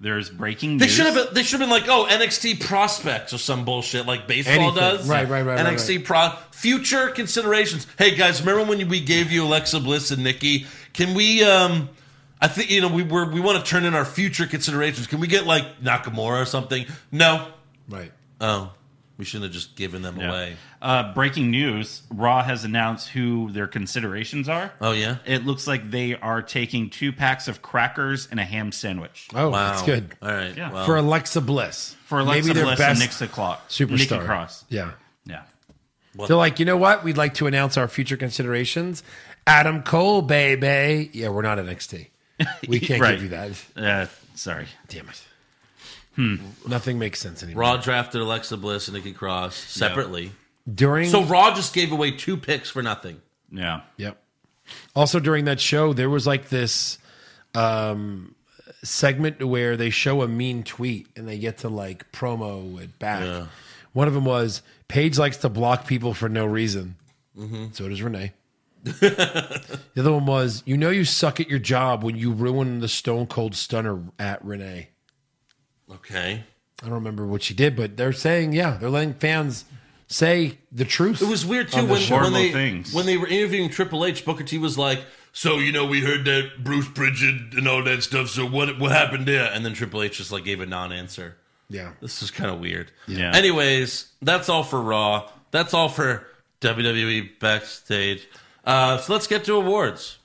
G: There's breaking news.
E: They should have. Been, they should have been like, oh, NXT prospects or some bullshit like baseball
F: Anything.
E: does.
F: Right, right, right, right,
E: NXT pro future considerations. Hey guys, remember when we gave you Alexa Bliss and Nikki? Can we? um I think you know we were we want to turn in our future considerations. Can we get like Nakamura or something? No.
F: Right.
E: Oh, we shouldn't have just given them
G: Yeah.
E: away.
G: Uh, breaking news: Raw has announced who their considerations are.
E: Oh yeah.
G: It looks like they are taking two packs of crackers and a ham sandwich
F: Oh,
E: Wow.
F: that's good.
E: All right.
G: Yeah.
E: Well,
F: For Alexa Bliss.
G: for Alexa
F: Maybe their
G: Bliss
F: best
G: and Nick O'Clock.
F: superstar.
G: Nikki Cross.
F: Yeah.
G: Yeah.
F: They're like, you know what? We'd like to announce our future considerations. Adam Cole, baby. Yeah, we're not NXT. We can't
G: Right.
F: give you that.
G: Uh, sorry.
F: Damn it. Nothing makes sense anymore.
E: Raw drafted Alexa Bliss and Nikki Cross separately.
F: During
E: So Raw just gave away two picks for nothing.
G: Yeah.
F: Yep. Also during that show, there was like this um segment where they show a mean tweet and they get to like promo it back. One of them was Paige likes to block people for no reason.
E: Mm-hmm.
F: So does Renee. (laughs) the other one was, you know, you suck at your job when you ruin the Stone Cold Stunner at Renee.
E: Okay.
F: I don't remember what she did, but they're saying, yeah, they're letting fans say the truth.
E: It was weird too
F: on the
E: when,
F: show.
E: when
G: Horrible
E: they
G: things.
E: when they were interviewing Triple H, Booker T was like, "So you know, we heard that Bruce Bridget and all that stuff. So what what happened there?" And then Triple H just like gave a non-answer.
F: yeah.
E: This is kind of weird.
G: Yeah.
E: Anyways, that's all for Raw. That's all for WWE backstage. Uh, so let's get to awards.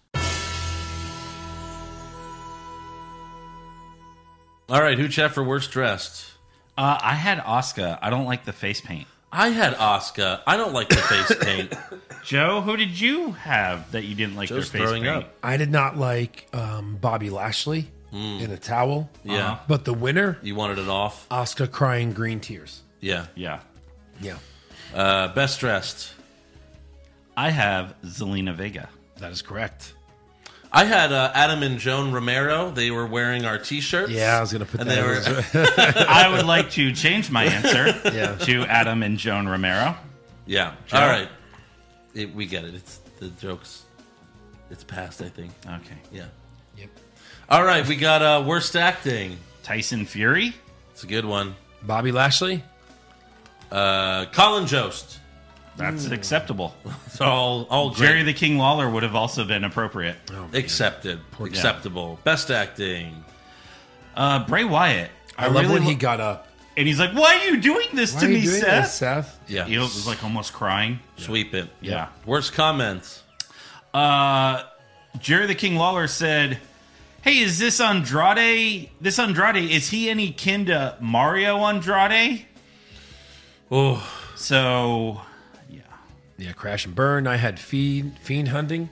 E: All right, who chat for worst dressed?
G: Uh, I had Oscar. I don't like the face paint.
E: I had Oscar. I don't like the face paint.
G: Joe, who did you have that you didn't like
E: Joe's
G: their face
E: throwing
G: paint?
E: up.
F: I did not like um, Bobby Lashley in a towel.
E: Yeah.
F: But the winner,
E: You wanted it off?
F: Oscar crying green tears.
E: Yeah.
G: Yeah.
F: Yeah,
E: Uh, best dressed.
G: I have Zelina Vega. (laughs)
F: that is correct.
E: I had uh, Adam and Joan Romero. They were wearing our T-shirts.
F: Yeah, I was gonna put
E: And
F: that.
E: they
F: in
E: were- (laughs)
F: as-
G: I would like to change my answer
F: (laughs) Yeah.
G: to Adam and Joan Romero.
E: Yeah. All right. It, we get it. It's the jokes. It's past, I think.
G: Okay.
E: Yeah.
F: Yep.
E: All right. We got uh, worst acting.
G: Tyson Fury.
E: It's a good one.
F: Bobby Lashley.
E: Uh, Colin Jost.
G: That's
F: Hmm.
G: acceptable.
E: It's all all great.
G: Jerry the Oh, King Lawler would have also been appropriate.
E: accepted. Acceptable. Best acting.
G: Uh, Bray Wyatt.
F: I, love
G: really
F: when he
G: lo-
F: got up.
G: and he's like, "Why are you doing this
F: Why
G: to
F: are you
G: me,
F: doing
G: Seth?"
F: this, Seth?
E: Yeah.
G: He was like almost crying.
E: Sweep it.
G: Yeah.
E: Worst comments.
G: Uh, Jerry the King Lawler said, "Hey, is this Andrade? This Andrade is he any kin to Mario Andrade?"
E: Oh,
G: So, yeah,
F: Yeah, crash and burn. I had fiend fiend hunting.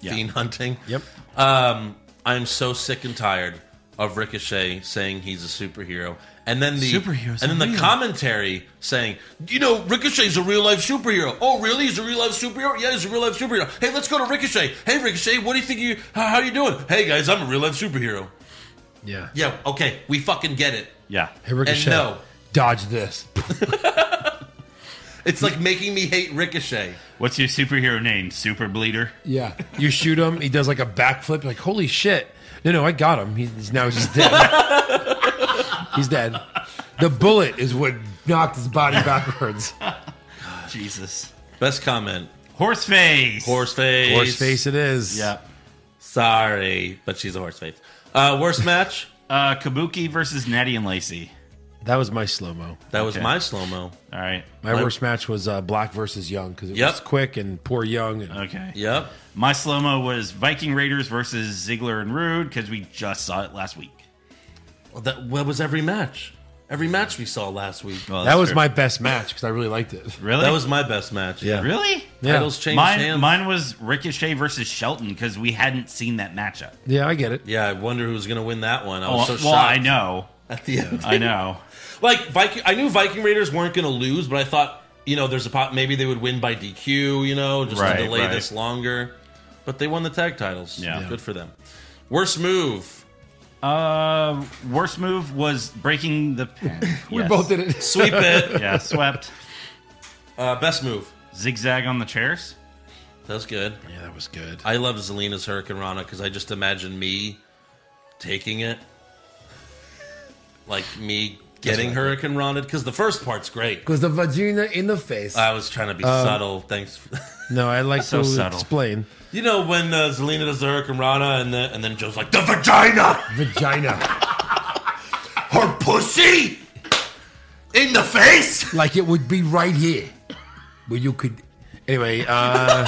G: yeah.
E: fiend hunting.
F: Yep.
E: Um, I'm so sick and tired of Ricochet saying he's a superhero, and then the
G: Superheroes
E: and then
G: are
E: the
G: real.
E: commentary saying, you know, Ricochet's a real life superhero. Oh, really? He's a real life superhero? Yeah, he's a real life superhero. Hey, let's go to Ricochet. Hey, Ricochet, what do you think? You how, how you doing? Hey, guys, I'm a real life superhero.
F: Yeah.
E: Yeah, okay, we fucking get it.
G: yeah.
F: Hey, Ricochet.
E: no.
F: Dodge this.
E: It's like making me hate Ricochet.
G: What's your superhero name?
F: (laughs)
G: Super Bleeder.
F: Yeah. You shoot him. He does like a backflip. Like holy shit. No, no, I got him. He's now he's dead. (laughs) he's dead. The bullet is what knocked his body
G: (laughs)
F: backwards.
G: Jesus.
E: Best comment.
G: Horseface.
E: Horseface.
F: Horse face it is.
G: Yeah.
E: Sorry, but she's a horseface. Uh, worst match.
G: Uh, Kabuki versus Natty and Lacey.
F: That was my slow mo.
E: That was
G: Okay.
E: my slow mo.
G: All right.
F: My
E: Like-
F: worst match was uh, Black versus Young because it
E: Yep.
F: was quick and poor Young. And,
G: Okay.
E: Yep.
G: My slow mo was Viking Raiders versus Ziggler and Rude because we just saw it last week.
E: Well, that, what was every match? every match we saw last week.
G: Well,
F: That
G: that's
F: was
G: true.
F: my best match because I really liked it.
G: really
E: That was my best match.
F: Yeah.
G: really
F: Yeah.
E: Titles changed
G: Mine,
E: hands.
G: mine was Ricochet versus Shelton because we hadn't seen that matchup.
F: Yeah, I get it.
E: Yeah, I wonder who's going to win that one. I
G: Well,
E: was so
G: Oh, well,
E: shocked (laughs)
G: I know,
E: at the end.
G: I know.
E: like Viking, I knew Viking Raiders weren't going to lose, but I thought you know there's a pot maybe they would win by DQ, you know, just
G: Right,
E: to delay
G: right.
E: this longer. But they won the tag titles.
G: Yeah.
E: good for them. Worst move,
G: Uh, worst move was breaking the pen. we yes.
F: Both did it.
E: sweep it.
G: (laughs) Yeah, swept.
E: Uh, best move.
G: Zigzag on the chairs.
E: That was good.
F: Yeah, that was good.
E: I love Zelina's Hurricane Rana because I just imagine me taking it, like me getting Hurricane Rana. Because the first part's great.
F: Because the vagina in the face.
E: I was trying to be subtle. Thanks. (laughs)
F: no, I like
G: So
F: to
G: subtle.
F: explain.
E: you know when uh, Zelina does the Hurricane Rana and, the, and then Joe's like the vagina.
F: Vagina.
B: Her pussy in the face.
F: like it would be right here. Where you could. Anyway, uh.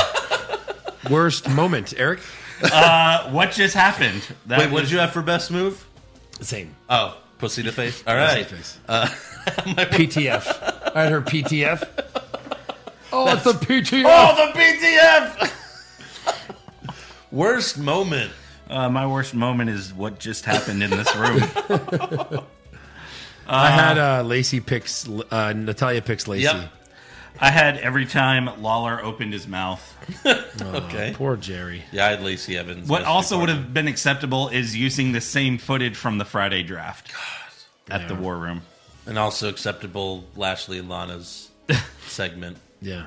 F: worst moment, Eric?
G: Uh, what just happened? That
E: Wait, what
G: was-
E: did you have for best move?
F: Same.
E: Oh, pussy to face. All right.
F: Face. (laughs) PTF. I had her PTF. Oh, it's a PTF.
E: Oh, the (laughs) BTF. Worst moment.
G: Uh, my worst moment is what just happened in this
E: (laughs)
G: room.
F: I had uh, Lacey picks, uh, Natalia picks Lacey.
E: Yep.
G: I had every time Lawler opened his mouth.
E: Okay.
F: Poor Jerry.
E: Yeah, I had Lacey Evans.
G: What
E: Best
G: also would
E: performer.
G: have been acceptable is using the same footage from the Friday draft at the War Room.
E: and also acceptable Lashley and
G: (laughs)
E: Lana's segment.
F: Yeah.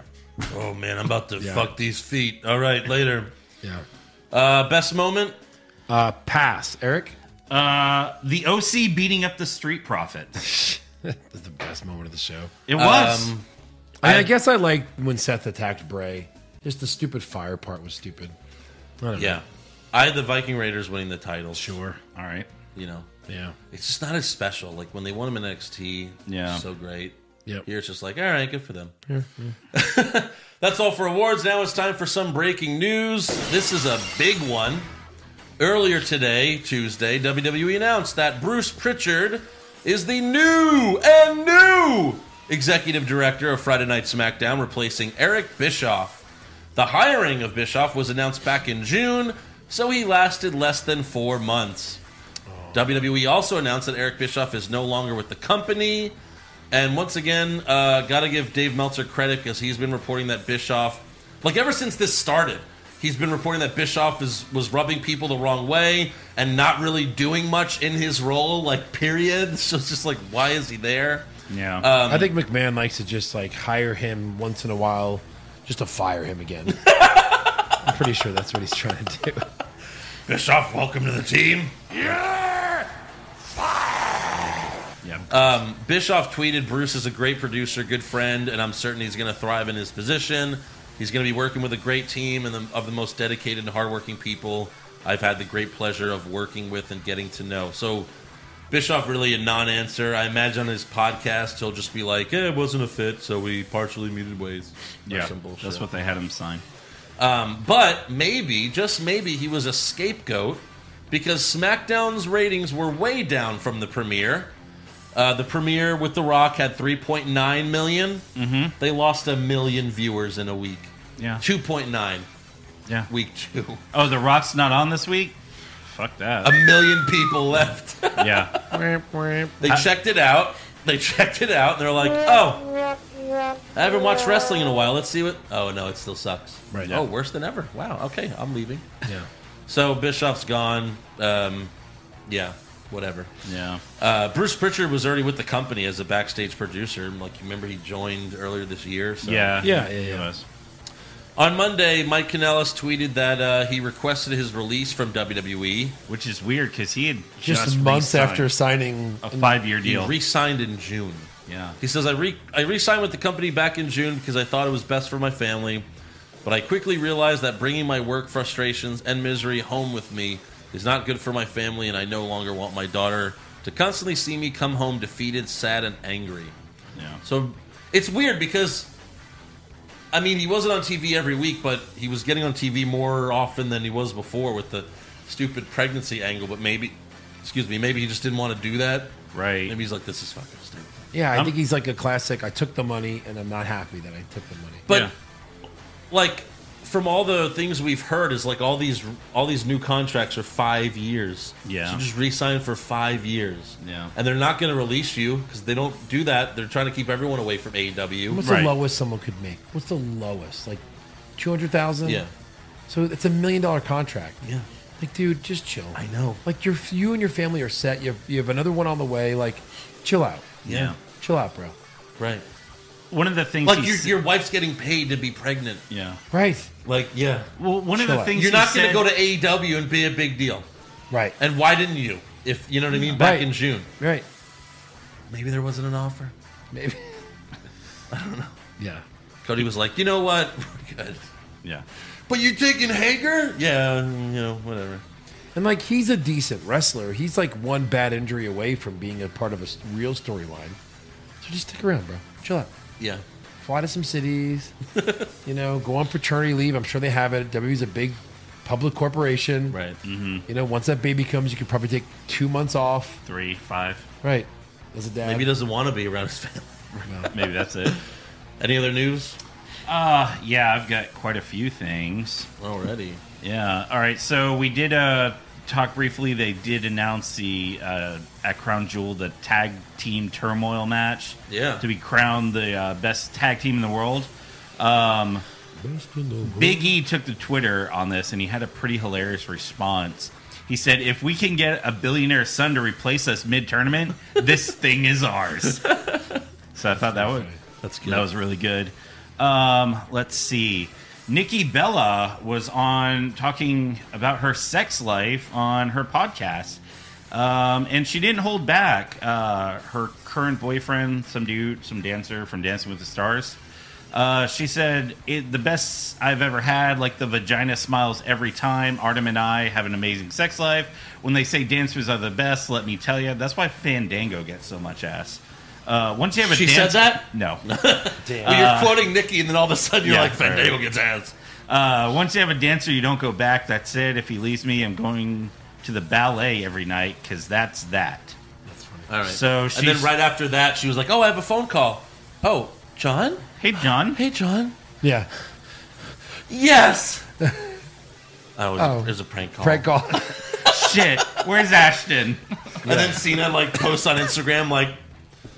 E: Oh man, I'm about to
F: Yeah.
E: fuck these feet. All right, later.
F: Yeah.
E: Uh, best moment.
F: Uh, pass, Eric. (laughs)
G: Uh, the OC beating up the Street Profits.
F: That's the best moment of the show.
G: It was.
E: Um,
F: I, mean, I guess I liked when Seth attacked Bray. Just the stupid fire part was stupid. I don't
E: yeah, I had the Viking Raiders winning the title.
F: know. Sure.
G: All right.
E: You know,
F: Yeah.
E: it's just not as special. Like when they won them in NXT.
G: Yeah.
E: so great.
F: Yep.
E: Here it's just like, all right, good for them. (laughs) That's all for awards. Now it's time for some breaking news. This is a big one. Earlier today, Tuesday, WWE announced that Bruce Pritchard is the new and new executive director of Friday Night SmackDown, replacing Eric Bischoff. The hiring of Bischoff was announced back in June, so he lasted less than four months. WWE E also announced that Eric Bischoff is no longer with the company. And once again, uh, got to give Dave Meltzer credit because he's been reporting that Bischoff, like ever since this started, he's been reporting that Bischoff is, was rubbing people the wrong way and not really doing much in his role, like, period. (laughs) So it's just like, why is he there?
G: Yeah.
F: I think McMahon likes to just like hire him once in a while, just to fire him (laughs) again. I'm pretty sure that's what he's trying to do.
E: Bischoff, welcome to the team.
G: yeah.
E: Bischoff tweeted, Bruce is a great producer, good friend, and I'm certain he's going to thrive in his position. He's going to be working with a great team and the, of the most dedicated and hardworking people I've had the great pleasure of working with and getting to know. So, Bischoff really a non answer. I imagine on his podcast, he'll just be like, eh, it wasn't a fit, so we partially muted ways. or
G: yeah.
E: some bullshit.
G: That's what they had him sign.
E: But maybe, just maybe, he was a scapegoat because SmackDown's ratings were way down from the premiere. Uh, the premiere with The Rock had 3.9 million. They lost a million viewers in a week.
G: Yeah.
E: 2.9
G: Yeah.
E: week two.
G: Oh, The Rock's not on this week? Fuck that.
E: A million people left. (laughs)
G: yeah.
E: they checked it out. They checked it out. And they're like, oh, I haven't watched wrestling in a while. Let's see what. Oh, no, it still sucks.
F: Right.
E: Oh, worse than ever. Wow. Okay, I'm leaving.
F: Yeah.
E: So Bischoff's gone. Um, yeah, whatever.
G: Yeah.
E: Uh, Bruce Pritchard was already with the company as a backstage producer. Like, you remember he joined earlier this year. So.
G: Yeah.
F: Yeah, yeah,
G: He
F: yeah.
G: was.
E: On Monday, Mike Kanellis tweeted that uh, he requested his release from E. WWE.
G: Which is weird because he had
F: Just,
G: just,
F: months
G: re-signed
F: after signing.
G: a five year
E: He
G: deal.
E: re-signed in June.
G: yeah.
E: He says, I, re- I re-signed with the company back in June because I thought it was best for my family, but I quickly realized that bringing my work frustrations and misery home with me is not good for my family, and I no longer want my daughter to constantly see me come home defeated, sad, and angry.
G: Yeah.
E: So it's weird because, I mean, he wasn't on TV every week, but he was getting on TV more often than he was before with the stupid pregnancy angle, but maybe Excuse me. Maybe he just didn't want to do that.
G: Right.
E: Maybe he's like, this is fucking stupid.
F: Yeah, I
G: I'm-
F: think he's like a classic. I took the money and I'm not happy that I took the money.
E: But
G: Yeah.
E: like from all the things we've heard is like all these all these new contracts are five years.
G: Yeah.
E: so you just re-sign for five years.
G: Yeah.
E: and they're not going to release you because they don't do that. They're trying to keep everyone away from E AEW.
F: What's
G: Right.
F: the lowest someone could make? What's the lowest? Like two hundred thousand.
E: Yeah.
F: So it's a million dollar contract.
E: Yeah.
F: Like, dude, just chill.
E: I know.
F: Like, you're you and your family are set. You have, you have another one on the way. Like, chill out.
G: Yeah.
F: Chill out, bro.
E: Right.
G: One of the things
E: Like
G: he
E: your
G: s-
E: your wife's getting paid to be pregnant.
G: yeah.
F: Right.
E: Like yeah,
G: Well, one of
F: Chill
G: the
F: out.
G: things
E: you're
G: he
E: not going
G: said-
E: to go to AEW and be a big deal.
F: Right.
E: And why didn't you? If you know what I mean, back
F: Right.
E: in June,
F: Right.
E: maybe there wasn't an offer.
F: Maybe. (laughs) I don't know. Yeah.
E: Cody was like, you know what, (laughs) we're good.
G: Yeah.
E: But you're taking Hager? Yeah, you know, whatever.
F: And like, he's a decent wrestler. He's like one bad injury away from being a part of a s- real storyline. So just stick around, bro. Chill out.
E: Yeah.
F: fly to some (laughs) cities, you know, go on paternity leave. I'm sure they have it. WWE's a big public corporation.
E: Right.
F: You know, once that baby comes, you could probably take two months off.
G: Three, five.
F: Right. As a dad.
E: Maybe he doesn't want to be around his family. (laughs)
G: Maybe that's it. (laughs)
E: Any other news?
G: Uh, yeah, I've got quite a few things.
E: Already.
G: Yeah. All right. So we did uh, talk briefly. They did announce the uh, at Crown Jewel the tag team turmoil match.
E: Yeah.
G: To be crowned the uh, best tag team in the world. Um, Big E took to Twitter on this, and he had a pretty hilarious response. He said, "If we can get a billionaire son to replace us mid tournament, this thing is ours." So I thought that would
E: That's good.
G: That was really good. Um, let's see. Nikki Bella was on talking about her sex life on her podcast, um, and she didn't hold back. Uh, her current boyfriend, some dude, some dancer from Dancing with the Stars. Uh, she said, it, "The best I've ever had. Like the vagina smiles every time. Artem and I have an amazing sex life. When they say dancers are the best, let me tell you, that's why Fandango gets so much ass. Uh, once you have a
E: She said
G: dance-
E: that?
G: no. (laughs)
E: Well, you're quoting Nikki, and then all of a sudden you're
G: yeah,
E: like,
G: fair.
E: Fandango gets ass.
G: Uh, once you have a dancer, you don't go back. That's it. If he leaves me, I'm going to the ballet every night because that's that.
E: All right.
G: So
E: and then
G: she's-
E: right after that, she was like, oh, I have a phone call. Oh, John? (laughs)
G: Hey, John.
E: Hey, John.
F: (laughs) yeah.
E: Yes. oh, it was,
F: Oh.
E: it was a prank call.
F: Prank call.
G: Shit. Where's Ashton?
E: And then Cena like posts on Instagram like,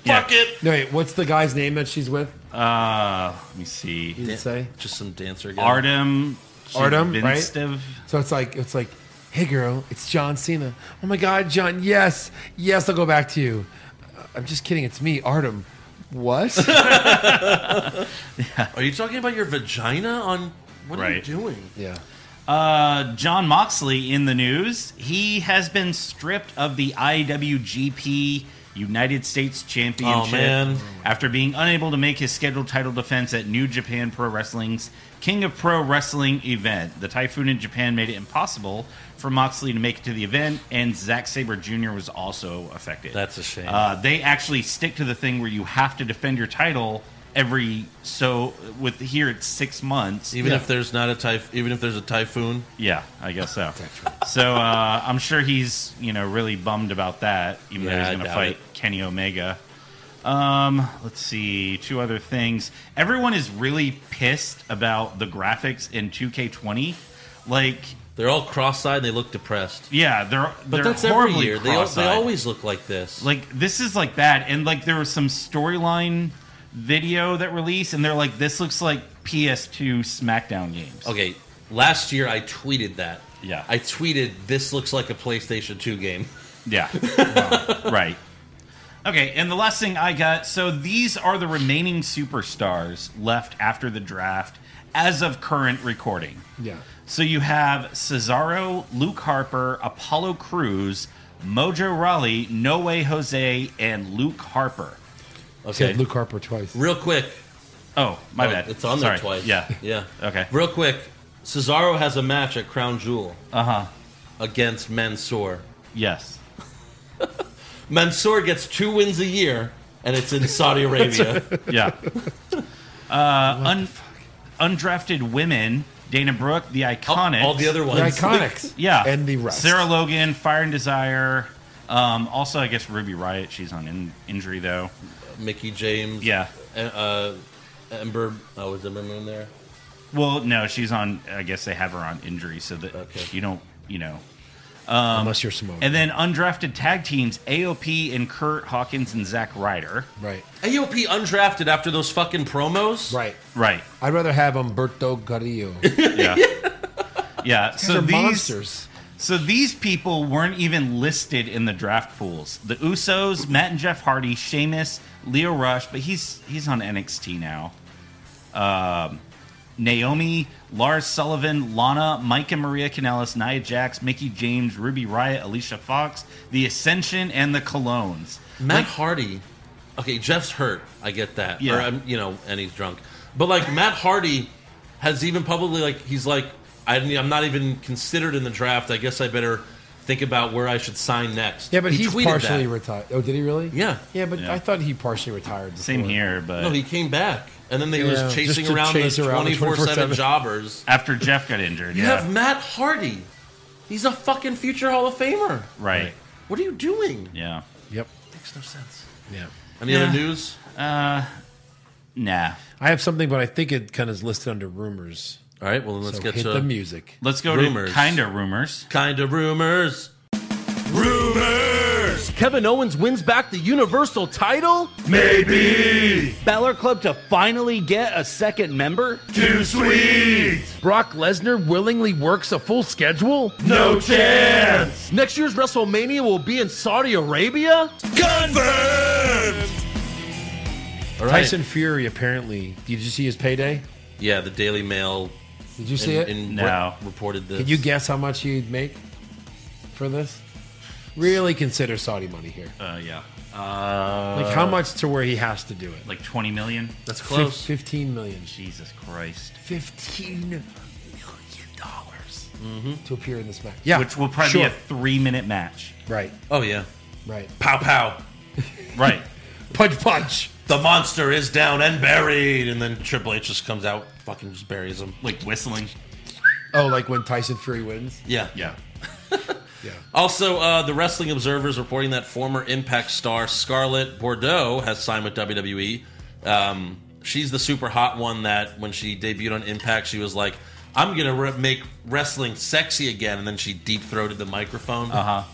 G: Yeah.
E: fuck it.
F: (laughs) no, wait, what's the guy's name that she's with?
G: Uh, let me see.
F: You didn't say?
E: Just some dancer guy.
G: Artem.
F: Artem, right?
G: Shivinstev.
F: So it's like, it's like, hey girl, it's John Cena. Oh my God, John, yes, yes, I'll go back to you. Uh, I'm just kidding, it's me, Artem. What?
E: Are you talking about your vagina on? What are you
G: Right.
E: doing?
F: yeah.
G: Uh, John Moxley in the news. He has been stripped of the IWGP United States Championship
E: Oh, man.
G: after being unable to make his scheduled title defense at New Japan Pro Wrestling's King of Pro Wrestling event. The typhoon in Japan made it impossible for Moxley to make it to the event, and Zack Saber Jr. was also affected.
E: That's a shame.
G: Uh, they actually stick to the thing where you have to defend your title every so with here it's six months
E: Even if there's not a typh- even if there's a typhoon,
G: yeah, I guess so. So uh, I'm sure he's you know really bummed about that, even
E: Yeah,
G: though
E: I
G: he's going to
E: doubt
G: fight
E: it.
G: Kenny Omega. Um, let's see, two other things. Everyone is really pissed about the graphics in 2K20. Like,
E: they're all cross-eyed. They look depressed.
G: yeah, they're
E: But
G: they're
E: that's every
G: horribly
E: year. They, al- they
G: cross-eyed.
E: always look like this.
G: like this is like that, and like there was some storyline video that released, and they're like, this looks like PS2 SmackDown games.
E: okay, last year I tweeted that.
G: Yeah.
E: I tweeted this looks like a PlayStation 2 game.
G: (laughs) Yeah. right. Okay, and the last thing I got so these are the remaining superstars left after the draft as of current recording.
F: Yeah.
G: So you have Cesaro, Luke Harper, Apollo Cruz, Mojo Raleigh, No Way Jose, and Luke Harper.
F: Said
E: Okay,
F: Luke Harper twice.
E: real quick.
G: Oh, my
E: Oh,
G: bad.
E: It's on there
G: Sorry.
E: twice.
G: Yeah.
E: yeah.
G: Okay.
E: Real quick, Cesaro has a match at Crown Jewel
G: Uh huh.
E: against Mansoor.
G: Yes.
E: Mansoor gets two wins a year, and it's in Saudi Arabia. (laughs)
G: Yeah. Uh, un- undrafted women, Dana Brooke, the iconic.
E: All the other
F: The
E: ones.
F: Iconics.
G: Yeah.
F: And the rest.
G: Sarah Logan, Fire and Desire, Um, also, I guess Ruby Riot. She's on in- injury though.
E: (laughs) Mickey James.
G: Yeah.
E: Uh, uh, Ember. Oh, is Ember Moon there?
G: Well, no, she's on. I guess they have her on injury so that
E: Okay.
G: you don't. You know.
F: Unless you're Samoan.
G: And then undrafted tag teams: AOP and Kurt Hawkins and Zack Ryder.
F: right.
E: AOP undrafted after those fucking promos.
F: Right.
G: Right.
F: I'd rather have Umberto Carrillo. (laughs)
G: Yeah. yeah. So
F: They're
G: these
F: monsters.
G: So these people weren't even listed in the draft pools. The Usos, Matt and Jeff Hardy, Sheamus, Leo Rush, but he's he's on NXT now. Um, Naomi, Lars Sullivan, Lana, Mike and Maria Canellis, Nia Jax, Mickey James, Ruby Riot, Alicia Fox, The Ascension, and the Colones.
E: Matt Hardy. Okay, Jeff's hurt. I get that.
G: Yeah.
E: Or, um, you know, and he's drunk. But like Matt Hardy has even publicly like he's like I didn't- I'm not even considered in the draft. I guess I better think about where I should sign next.
F: Yeah, but
E: He
F: he's
E: tweeted
F: partially
E: that.
F: retired. Oh, did he really?
E: Yeah.
F: Yeah, but
G: Yeah.
F: I thought he partially retired. Before.
G: Same here, but
E: No, he came back, and then they
F: Yeah,
E: was
F: just
E: chasing
F: to
E: around
F: chase
E: those
F: around the
E: 24/7
F: 24/7.
E: jobbers.
G: after Jeff got injured,
E: You
G: yeah,
E: have Matt Hardy. He's a fucking future Hall of Famer.
G: right,
E: What are you doing?
G: yeah,
F: Yep.
E: Makes no sense.
F: Yeah.
E: Any
G: Yeah.
E: other news?
G: nah.
F: I have something, but I think it kind of is listed under rumors.
E: All right, well then let's
F: so
E: get
F: hit
E: to
F: the music.
G: Let's go
E: Rumors.
G: to kinda rumors.
E: kind of rumors.
B: Rumors!
I: Kevin Owens wins back the Universal title?
B: Maybe!
I: Balor Club to finally get a second member?
B: Too sweet!
I: Brock Lesnar willingly works a full schedule?
B: No chance!
I: Next year's WrestleMania will be in Saudi Arabia?
B: Confirmed!
E: All right.
F: Tyson Fury apparently. Did you see his payday?
E: Yeah, the Daily Mail
F: Did you
E: in,
F: see it?
E: in
G: No.
E: re- reported this.
F: Can you guess how much he'd make for this? Really consider Saudi money here.
G: Uh, yeah, uh,
F: Like how much to where he has to do it?
G: like twenty million.
E: That's
F: Fif-
E: close.
F: Fifteen million.
G: Jesus Christ.
F: Fifteen million dollars to appear in this match. Yeah,
G: Which will probably
F: sure.
G: be a three minute match.
F: right,
E: Oh yeah.
F: right.
E: Pow pow.
G: Right.
F: Punch, punch.
E: The monster is down and buried, and then Triple H just comes out, fucking just buries him.
G: like whistling.
F: Oh, like when Tyson Fury wins.
E: Yeah.
G: Yeah.
F: Yeah.
E: Also, uh, the Wrestling Observer is reporting that former Impact star Scarlett Bordeaux has signed with WWE. Um, she's the super hot one that when she debuted on Impact, she was like, "I'm gonna re- make wrestling sexy again," and then she deep throated the microphone. Uh
G: Uh-huh.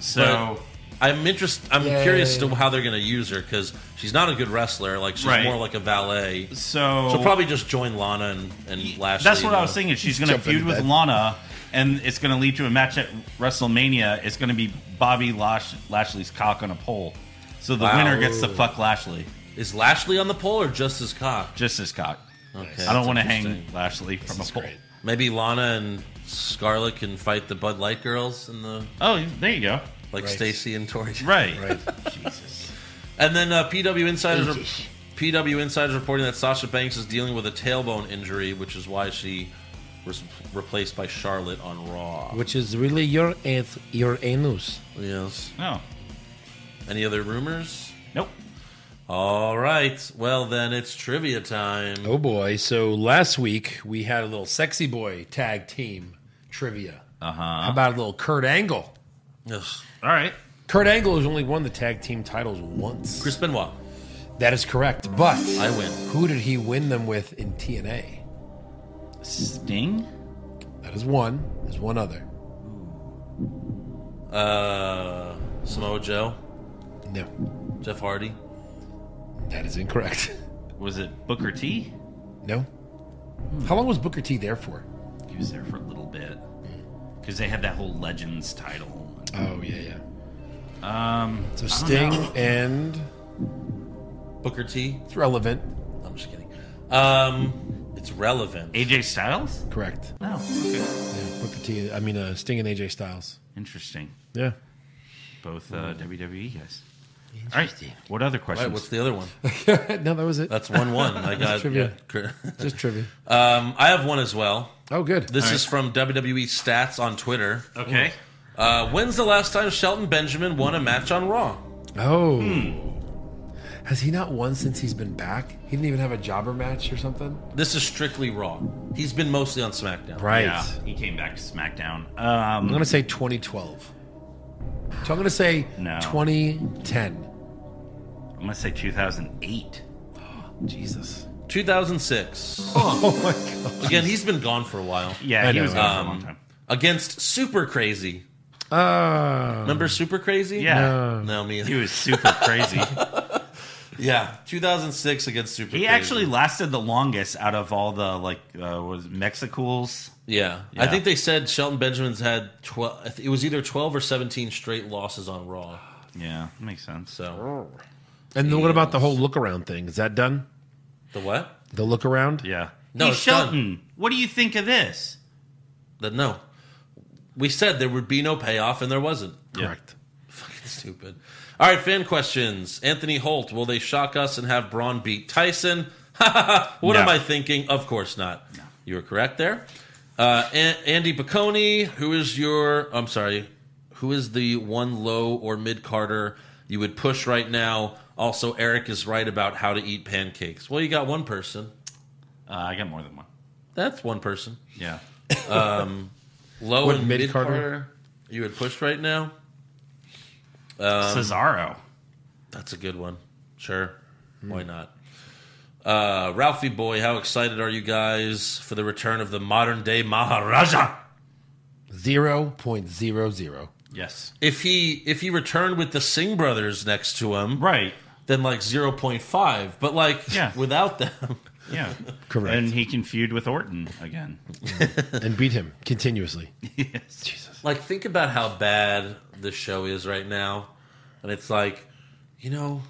G: So
E: I'm interested. I'm
F: Yeah,
E: curious
F: yeah, yeah.
E: to how they're gonna use her because she's not a good wrestler. Like she's
G: Right.
E: more like a valet.
G: so
E: She'll probably just join Lana and, and Lashley. uh,
G: that's what
E: you
G: I
E: know.
G: was thinking. She's gonna
F: Jump
G: feud
F: into
G: with
F: bed.
G: Lana and it's gonna lead to a match at WrestleMania. It's gonna be Bobby Lash- Lashley's cock on a pole. So the
E: Wow.
G: winner gets to fuck Lashley.
E: Is Lashley on the pole or just his cock?
G: Just his cock.
E: Okay.
G: I don't want to hang Lashley from a pole.
E: Maybe Lana and Scarlett can fight the Bud Light girls and the
G: Oh, there you go.
E: like
F: Right.
E: Stacy and Tori.
G: (laughs) Right.
F: Right.
E: And then uh, PW Insider PW Insider reporting that Sasha Banks is dealing with a tailbone injury, which is why she was replaced by Charlotte on Raw.
F: Which is really your anth- your anus.
E: Yes.
G: No.
E: Any other rumors?
G: Oh, Nope.
E: All right. Well, then it's trivia time.
F: Oh boy! So last week we had a little sexy boy tag team trivia. Uh huh. How about a little Kurt Angle?
E: Ugh.
G: All right.
F: Kurt Angle has only won the tag team titles once.
E: Chris Benoit,
F: That is correct. But
E: I win.
F: who did he win them with in TNA?
G: Sting?
F: That is one. There's one other.
E: Uh, Samoa Joe,
F: No,
E: Jeff Hardy.
F: that is incorrect. (laughs)
G: Was it Booker T?
F: No. How long was Booker T there for?
G: He was there for a little bit because they had that whole Legends title.
F: Oh yeah,
G: Um,
F: yeah. So Sting and
E: Booker T.
F: it's relevant.
E: I'm just kidding. Um, it's relevant.
G: AJ Styles?
F: Correct.
G: No. Okay.
F: Yeah, Booker T. I mean uh, Sting and AJ Styles.
G: Interesting.
F: Yeah. (laughs)
G: Both uh, WWE guys. All right. What other
E: All
G: questions?
E: right, what's the other one?
F: no, that was it.
E: That's one
G: (laughs)
E: one. I got.
F: trivia.
E: yeah.
F: Just trivia.
E: Um, I have one as well.
F: Oh, good.
E: This is from WWE Stats on Twitter.
G: okay.
E: Uh, when's the last time Shelton Benjamin won a match on Raw?
F: oh. Has he not won since he's been back? He didn't even have a jobber match or something.
E: This is strictly Raw. He's been mostly on SmackDown.
F: Right.
G: Yeah. He came back to SmackDown. Um,
F: I'm gonna say 2012. So I'm going to say
G: No.
F: 2010.
G: I'm gonna say 2008. Jesus.
E: 2006.
F: (laughs) Oh my god.
E: Again, he's been gone for a while.
G: Yeah,
F: I
G: he
F: know,
G: was
F: yeah.
G: gone for a long time.
E: Against Super Crazy.
F: Uh,
E: Remember Super Crazy?
G: Um, Yeah,
E: No, me.
G: he was super (laughs) crazy.
E: Yeah, 2006 against Super.
G: he
E: Crazy.
G: actually lasted the longest out of all the like uh, was Mexicools.
E: Yeah. I
G: Yeah.
E: think they said Shelton Benjamin's had 12. I th- It was either 12 or 17 straight losses on Raw.
G: Yeah, makes sense.
E: So
I: And then what about the whole look around thing? Is that done?
E: the what?
I: The look around?
G: Yeah.
E: No,
G: hey,
E: it's
G: Shelton, what do you think of this?
E: The no. We said there would be no payoff, and there wasn't.
I: Correct.
E: Stupid. All right, fan questions. Anthony Holt, will they shock us and have Braun beat Tyson? (laughs) what
G: No.
E: am I thinking? Of course not. You were correct there. Uh, An- Andy Bocconi, who is your, I'm sorry, who is the one low or mid Carter you would push right now? Also, Eric is right about how to eat pancakes. Well, you got one person.
G: Uh, I got more than one.
E: That's one person.
G: Yeah.
E: Low
F: What
E: and
F: mid
E: mid
F: Carter?
E: Carter you would push right now?
G: Um, Cesaro.
E: That's a good one. Sure. Why not? Uh, Ralphie boy, how excited are you guys for the return of the modern day Maharaja?
G: (laughs)
F: 0.00.
G: Yes.
E: If he if he returned with the Singh brothers next to him,
G: Right.
E: then like 0.5, but like
G: Yeah.
E: (laughs) without them.
G: Yeah.
F: (laughs) Correct.
G: And he can feud with Orton
E: (laughs)
G: again.
F: And beat him continuously.
E: Like think about how bad the show is right now. And it's like, you know,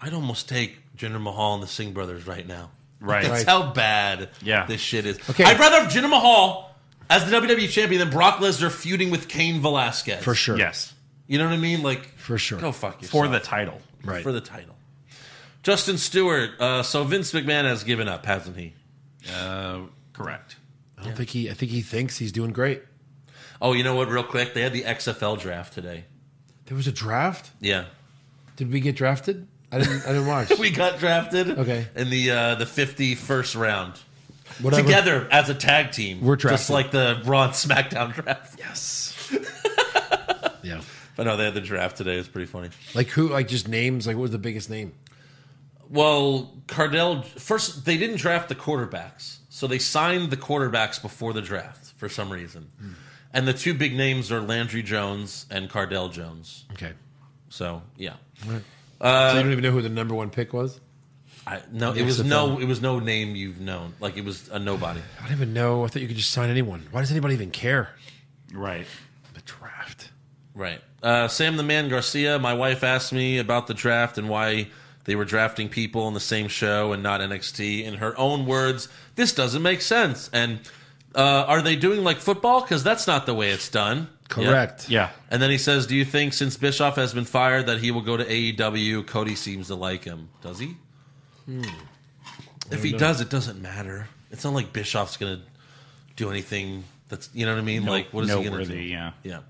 E: I'd almost take Jinder Mahal and the Singh brothers right now.
G: Right.
E: That's how bad
G: Yeah.
E: this shit is.
F: Okay.
E: I'd rather have Jinder Mahal as the WWE champion than Brock Lesnar feuding with Kane Velasquez.
F: For sure.
G: Yes.
E: You know what I mean? Like
F: For sure.
E: Go fuck yourself.
G: For the title.
F: Right.
E: For the title. Justin Stewart. Uh, so Vince McMahon has given up, hasn't he?
G: Uh, correct.
F: I don't think he I think he thinks he's doing great.
E: Oh, you know what? Real quick, they had the XFL draft today.
F: There was a draft?
E: Yeah, (laughs)
F: Did we get drafted? I didn't I didn't watch.
E: we got drafted.
F: Okay.
E: In the uh, the fifty first round,
F: Whatever.
E: together as a tag team.
F: We're
E: just
F: drafted.
E: like the Raw and SmackDown (laughs) draft.
F: Yes. yeah.
E: But no, they had the draft today. It's pretty funny.
F: Like who like just names, like what was the biggest name?
E: Well, Cardell first they didn't draft the quarterbacks, so they signed the quarterbacks before the draft for some reason. And the two big names are Landry Jones and Cardell Jones.
F: Okay.
E: So yeah, Uh,
F: so you don't even know who the number one pick was?
E: I, no, it was no, it was no name you've known. Like it was a nobody.
F: I don't even know. I thought you could just sign anyone. Why does anybody even care?
G: Right.
F: The draft.
E: Right. Uh, Sam the Man Garcia, my wife asked me about the draft and why they were drafting people on the same show and not NXT. In her own words, this doesn't make sense. And uh, are they doing like football? Because that's not the way it's done.
F: Correct.
G: Yeah.
E: Yeah. And then he says, Do you think since Bischoff has been fired that he will go to AEW? Cody seems to like him. Does he? If he does, it doesn't matter. It's not like Bischoff's going to do anything that's, you know what I mean? like, what is he going to do?
G: noteworthy, yeah.
E: Yeah.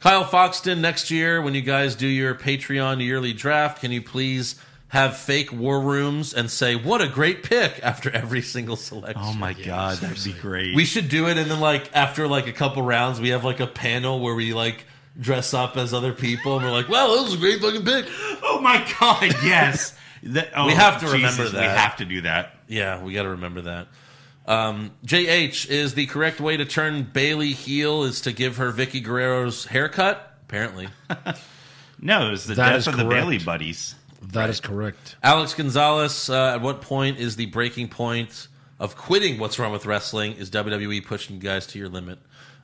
E: Kyle Foxton, next year, when you guys do your Patreon yearly draft, can you please have fake war rooms and say, what a great pick (laughs) after every single selection?
G: Oh my God, that'd be great.
E: We should do it, and then like after like a couple rounds, we have like a panel where we like dress up as other people, and we're like, "Wow, that was a great fucking pick."
G: oh my God, (laughs) yes. That- oh,
E: We have to remember
G: We
E: that.
G: have to do that.
E: Yeah, we got to remember that. Um, JH is the correct way to turn Bailey heel is to give her Vicky Guerrero's haircut. Apparently,
G: No, it was the
F: That
G: death
F: is
G: of the
F: correct.
G: Bailey buddies.
F: That is correct.
E: Alex Gonzalez. Uh, at what point is the breaking point of quitting? What's wrong with wrestling? Is WWE pushing you guys to your limit?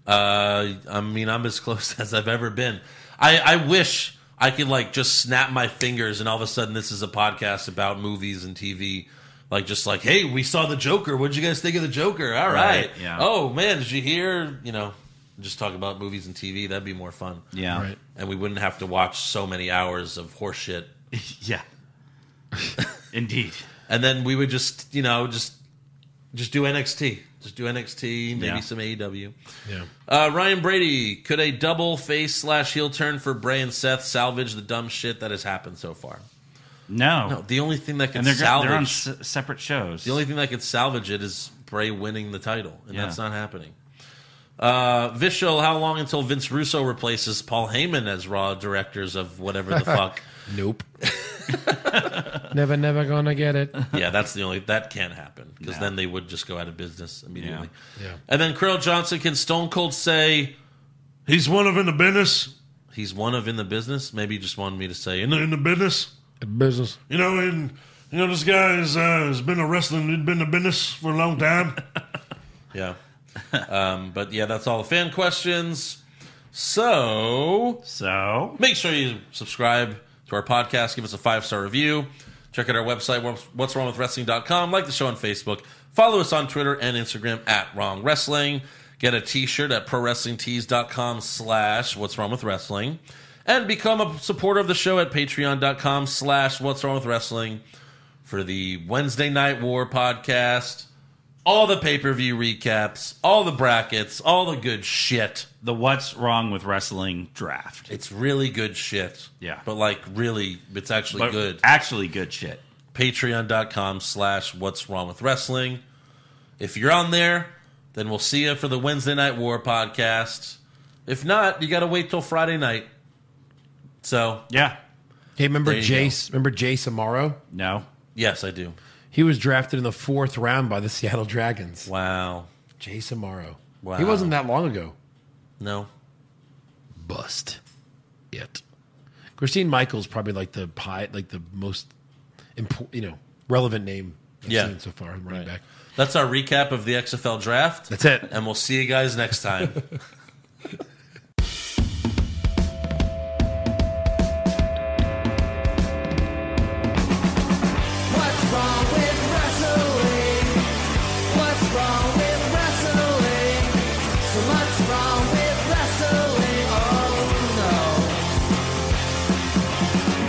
E: Uh, I mean, I'm as (laughs) close as I've ever been. I, I wish I could like just snap my fingers and all of a sudden this is a podcast about movies and TV. Like just like, hey, we saw the Joker. What'd you guys think of the Joker? All right.
G: Right, yeah.
E: Oh man, did you hear? You know, just talk about movies and TV. That'd be more fun.
G: Yeah.
F: Right.
E: And we wouldn't have to watch so many hours of horseshit
G: (laughs)
E: (laughs)
G: Yeah. Indeed.
E: and then we would just you know just just do NXT, just do NXT, maybe
G: Yeah.
E: some AEW.
F: Yeah.
E: Uh, Ryan Brady, could a double face slash heel turn for Bray and Seth salvage the dumb shit that has happened so far?
G: No.
E: No, the only thing that can
G: and they're, go-
E: salvage
G: they're on s- separate shows.
E: the only thing that could salvage it is Bray winning the title, and
G: Yeah.
E: that's not happening. Uh, Vishal, how long until Vince Russo replaces Paul Heyman as Raw directors of whatever
G: (laughs)
E: the fuck?
F: Nope. (laughs) never, never gonna get it.
E: yeah, that's the only that can't happen because then they would just go out of business immediately.
F: Yeah. Yeah.
E: And then Krill Johnson can Stone Cold say he's one of in the business. He's one of in the business. Maybe he just wanted me to say in the, in the business.
F: Business.
E: You know, and you know this guy has, uh, has been a wrestling, he's been in business for a long time. (laughs) yeah. Um, but yeah, that's all the fan questions. So
G: So
E: make sure you subscribe to our podcast, give us a five star review, check out our website, what's wrong with wrestling.com, like the show on Facebook, follow us on Twitter and Instagram at wrong wrestling, get a t shirt at pro wrestlingtees.com slash what's wrong with wrestling, and become a supporter of the show at patreon.com slash what's wrong with wrestling for the Wednesday Night War podcast. All the pay per view recaps, all the brackets, all the good shit.
G: the what's wrong with wrestling draft?
E: It's really good shit.
G: Yeah.
E: But like really it's actually
G: But
E: good.
G: Actually, good shit.
E: Patreon.com slash what's wrong with wrestling. If you're on there, then we'll see you for the Wednesday Night War podcast. If not, you gotta wait till Friday night. So
G: Yeah.
F: Hey, remember
E: There you go.
F: Jace? Remember Jace Amaro?
G: No.
E: yes, I do.
F: He was drafted in the fourth round by the Seattle Dragons.
E: Wow.
F: Jace Amaro.
E: Wow.
F: He wasn't that long ago.
E: No.
F: Bust. It. Christine Michaels probably like the high, like the most, impo- you know, relevant name I've
E: Yeah.
F: seen so far. Running back.
E: That's our recap of the XFL draft.
F: That's it.
E: And we'll see you guys next time.
A: What's wrong with wrestling? What's wrong with wrestling? So much wrong with wrestling. Oh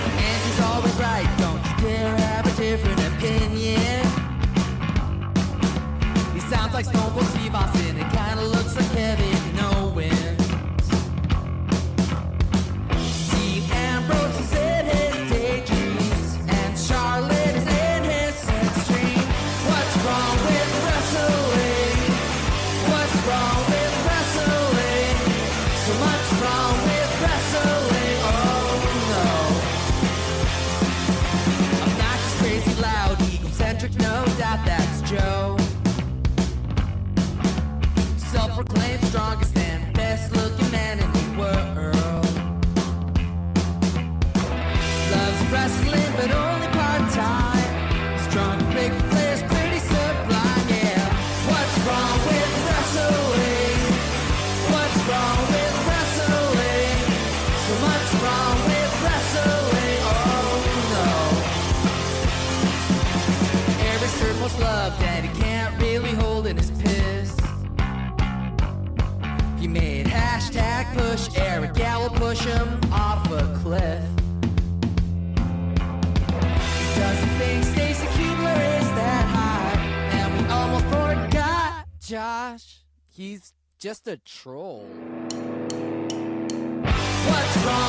A: no. And she's always right. Don't you dare have a different opinion. He sounds like Stone Cold Steve Austin. It kinda looks like Kevin Owens. Dean Ambrose is in his daydreams, and Charlotte is in his sex dream. What's wrong with wrestling? What's wrong with wrestling? So much wrong with wrestling. Oh no. Obnoxious, crazy, loud, egocentric, no doubt that's Joe. Self-proclaimed strongest and best-looking man in the world. Loves wrestling, but only part time. Strong big players, pretty sublime, yeah. What's wrong with wrestling? What's wrong with wrestling? So much wrong with wrestling, oh no. Every circle's love that he can't really hold in his piss. He made hashtag push Eric, yeah, we'll push him off a cliff. Doesn't think Stacy Keebler is that hot. And we almost forgot Josh. He's just a troll. What's wrong Oh, Oh,